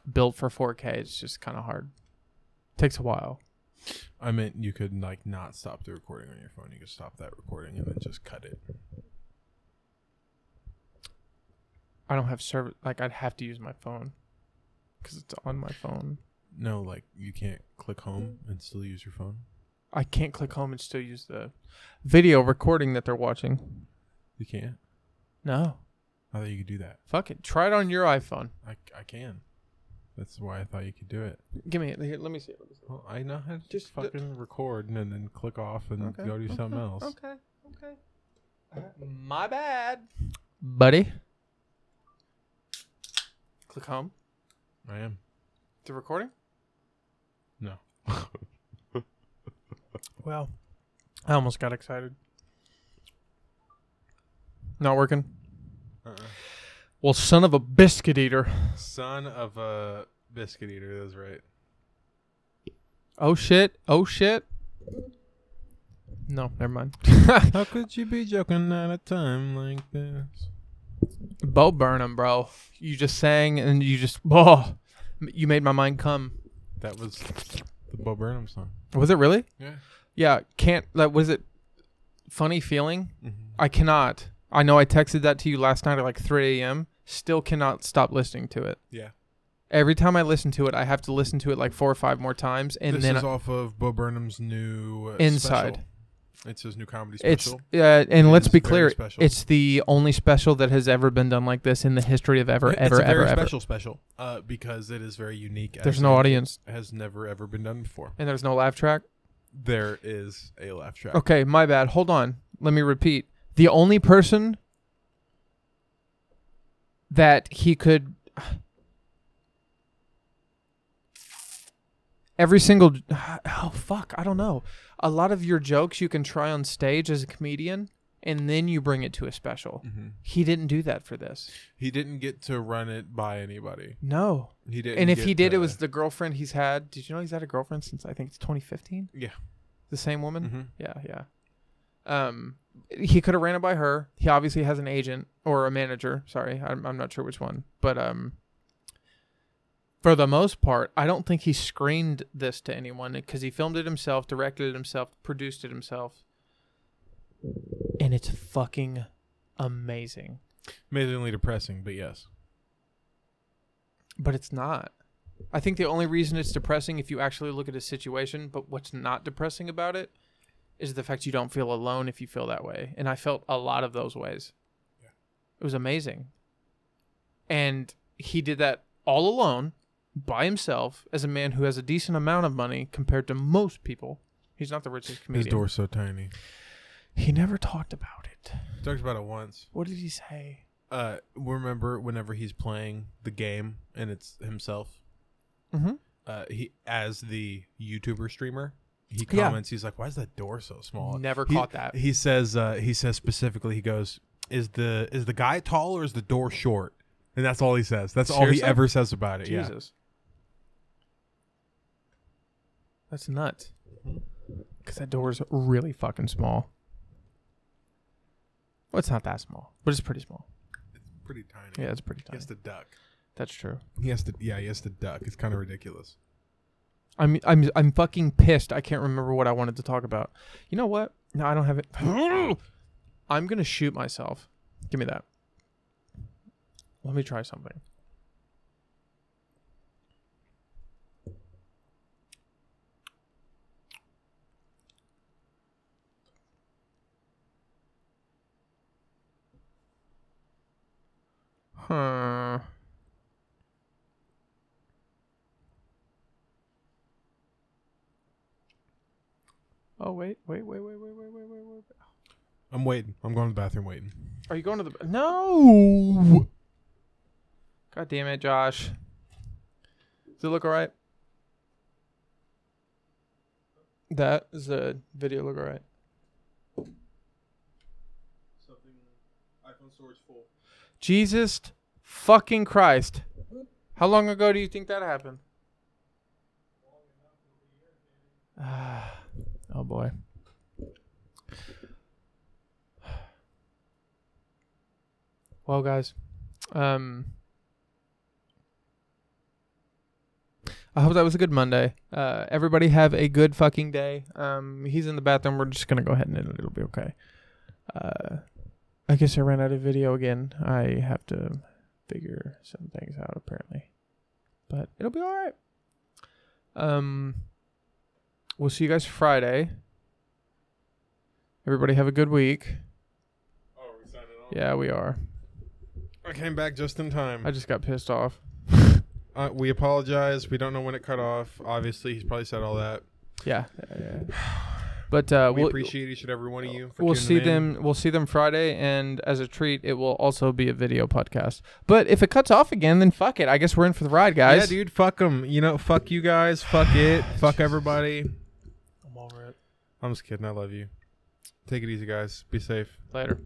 Speaker 3: built for 4K is just kind of hard. Takes a while.
Speaker 4: I meant you could like not stop the recording on your phone. You could stop that recording and then just cut it.
Speaker 3: I don't have service. Like, I'd have to use my phone because it's on my phone.
Speaker 4: No, like you can't click home and still use your phone.
Speaker 3: I can't click home and still use the video recording that they're watching.
Speaker 4: You can't.
Speaker 3: No.
Speaker 4: I thought you could do that.
Speaker 3: Fuck it. Try it on your iPhone.
Speaker 4: I, I can. That's why I thought you could do it.
Speaker 3: Give me it. Here, let me see it.
Speaker 4: Well, I know how to
Speaker 3: Just
Speaker 4: just
Speaker 3: d-
Speaker 4: fucking record and then click off and go do something else.
Speaker 3: Okay. Okay. My bad. Buddy. Click home.
Speaker 4: I am.
Speaker 3: The recording?
Speaker 4: No.
Speaker 3: Well, I almost got excited. Not working? Well, son of a biscuit eater.
Speaker 4: Son of a biscuit eater. That's right.
Speaker 3: Oh shit. Oh shit. No, never mind.
Speaker 4: How could you be joking at a time like this?
Speaker 3: Bo Burnham, bro. You just sang and you just, oh, you made my mind come.
Speaker 4: That was the Bo Burnham song.
Speaker 3: Was it really?
Speaker 4: Yeah.
Speaker 3: Yeah, can't. Like, was it funny feeling?
Speaker 4: Mhm.
Speaker 3: I cannot. I know I texted that to you last night at like 3 a.m. Still cannot stop listening to it.
Speaker 4: Yeah.
Speaker 3: Every time I listen to it, I have to listen to it like four or five more times, and
Speaker 4: this
Speaker 3: then
Speaker 4: is
Speaker 3: I-
Speaker 4: off of Bo Burnham's new uh,
Speaker 3: Inside.
Speaker 4: special. It's his new comedy
Speaker 3: it's
Speaker 4: special.
Speaker 3: uh, and
Speaker 4: It
Speaker 3: let's
Speaker 4: is
Speaker 3: be
Speaker 4: very
Speaker 3: clear,
Speaker 4: special.
Speaker 3: it's the only special that has ever been done like this in the history of ever,
Speaker 4: It's
Speaker 3: ever,
Speaker 4: a
Speaker 3: ever,
Speaker 4: very
Speaker 3: ever.
Speaker 4: special special uh, because it is very unique.
Speaker 3: There's
Speaker 4: as
Speaker 3: no
Speaker 4: it
Speaker 3: audience
Speaker 4: Has never ever been done before.
Speaker 3: and there's no laugh track.
Speaker 4: There is a laugh track.
Speaker 3: Okay, my bad. Hold on. Let me repeat. The only person that he could. Every single. Oh, fuck. I don't know. A lot of your jokes you can try on stage as a comedian, and then you bring it to a special.
Speaker 4: Mm-hmm.
Speaker 3: He didn't do that for this.
Speaker 4: He didn't get to run it by anybody.
Speaker 3: No.
Speaker 4: He didn't.
Speaker 3: And if he
Speaker 4: get
Speaker 3: did, it
Speaker 4: to-
Speaker 3: was the girlfriend he's had. Did you know he's had a girlfriend since I think it's 2015?
Speaker 4: yeah.
Speaker 3: The same woman?
Speaker 4: Mm-hmm.
Speaker 3: Yeah, yeah. Um, he could have ran it by her. He obviously has an agent or a manager. Sorry, I'm, I'm not sure which one. But um, for the most part, I don't think he screened this to anyone because he filmed it himself, directed it himself, produced it himself, and it's fucking amazing.
Speaker 4: Amazingly depressing, but yes.
Speaker 3: But it's not. I think the only reason it's depressing if you actually look at his situation, but what's not depressing about it is the fact you don't feel alone if you feel that way. And I felt a lot of those ways. It was amazing. And he did that all alone by himself as a man who has a decent amount of money compared to most people. He's not the richest comedian.
Speaker 4: His door's so tiny.
Speaker 3: He never talked about it.
Speaker 4: Talked about it once.
Speaker 3: What did he say?
Speaker 4: Uh, remember whenever he's playing the game and it's himself.
Speaker 3: Mhm.
Speaker 4: Uh, he as the YouTuber streamer. He
Speaker 3: Yeah.
Speaker 4: comments. He's like, "Why is that door so small?"
Speaker 3: Never
Speaker 4: He-
Speaker 3: caught that.
Speaker 4: He says. Uh, he says specifically. He goes, "Is the is the guy tall or is the door short?" And that's all he says. That's all he
Speaker 3: Seriously?
Speaker 4: ever says about it. Yeah.
Speaker 3: Jesus. That's nuts. Because that door's really fucking small. Well, it's not that small, but it's pretty small.
Speaker 4: Pretty tiny.
Speaker 3: Yeah, it's pretty tiny.
Speaker 4: It's the duck.
Speaker 3: That's true.
Speaker 4: He has to. Yeah, he has to duck. It's kind of ridiculous.
Speaker 3: I'm I'm I'm fucking pissed. I can't remember what I wanted to talk about. You know what? No, I don't have it. I'm gonna shoot myself. Give me that. Let me try something. Huh. Oh wait, wait, wait, wait, wait, wait, wait, wait, wait. wait.
Speaker 4: I'm waiting. I'm going to the bathroom. Waiting.
Speaker 3: Are you going to the ba- no? God damn it, Josh. Does it look alright? That is the video look alright.
Speaker 4: Something. iPhone storage full.
Speaker 3: Jesus fucking Christ! How long ago do you think that happened? oh boy. Well, guys, um, I hope that was a good Monday. Uh, everybody have a good fucking day. Um, he's in the bathroom. We're just gonna go ahead and end it. It'll be okay. Uh, I guess I ran out of video again. I have to figure some things out apparently, but it'll be all right. Um, we'll see you guys Friday. Everybody have a good week.
Speaker 4: Oh, are we signing off?
Speaker 3: Yeah, we are.
Speaker 4: I came back just in time.
Speaker 3: I just got pissed off.
Speaker 4: uh, we apologize. We don't know when it cut off. Obviously, he's probably said all that.
Speaker 3: Yeah. yeah, yeah. But uh,
Speaker 4: We
Speaker 3: we'll,
Speaker 4: appreciate each and every one of you. For
Speaker 3: we'll
Speaker 4: tuning
Speaker 3: see
Speaker 4: in.
Speaker 3: them. We'll see them Friday, and as a treat, it will also be a video podcast. But if it cuts off again, then fuck it. I guess we're in for the ride, guys.
Speaker 4: Yeah, dude. Fuck them. You know, fuck you guys. Fuck it. fuck everybody.
Speaker 3: I'm over it.
Speaker 4: I'm just kidding. I love you. Take it easy, guys. Be safe.
Speaker 3: Later.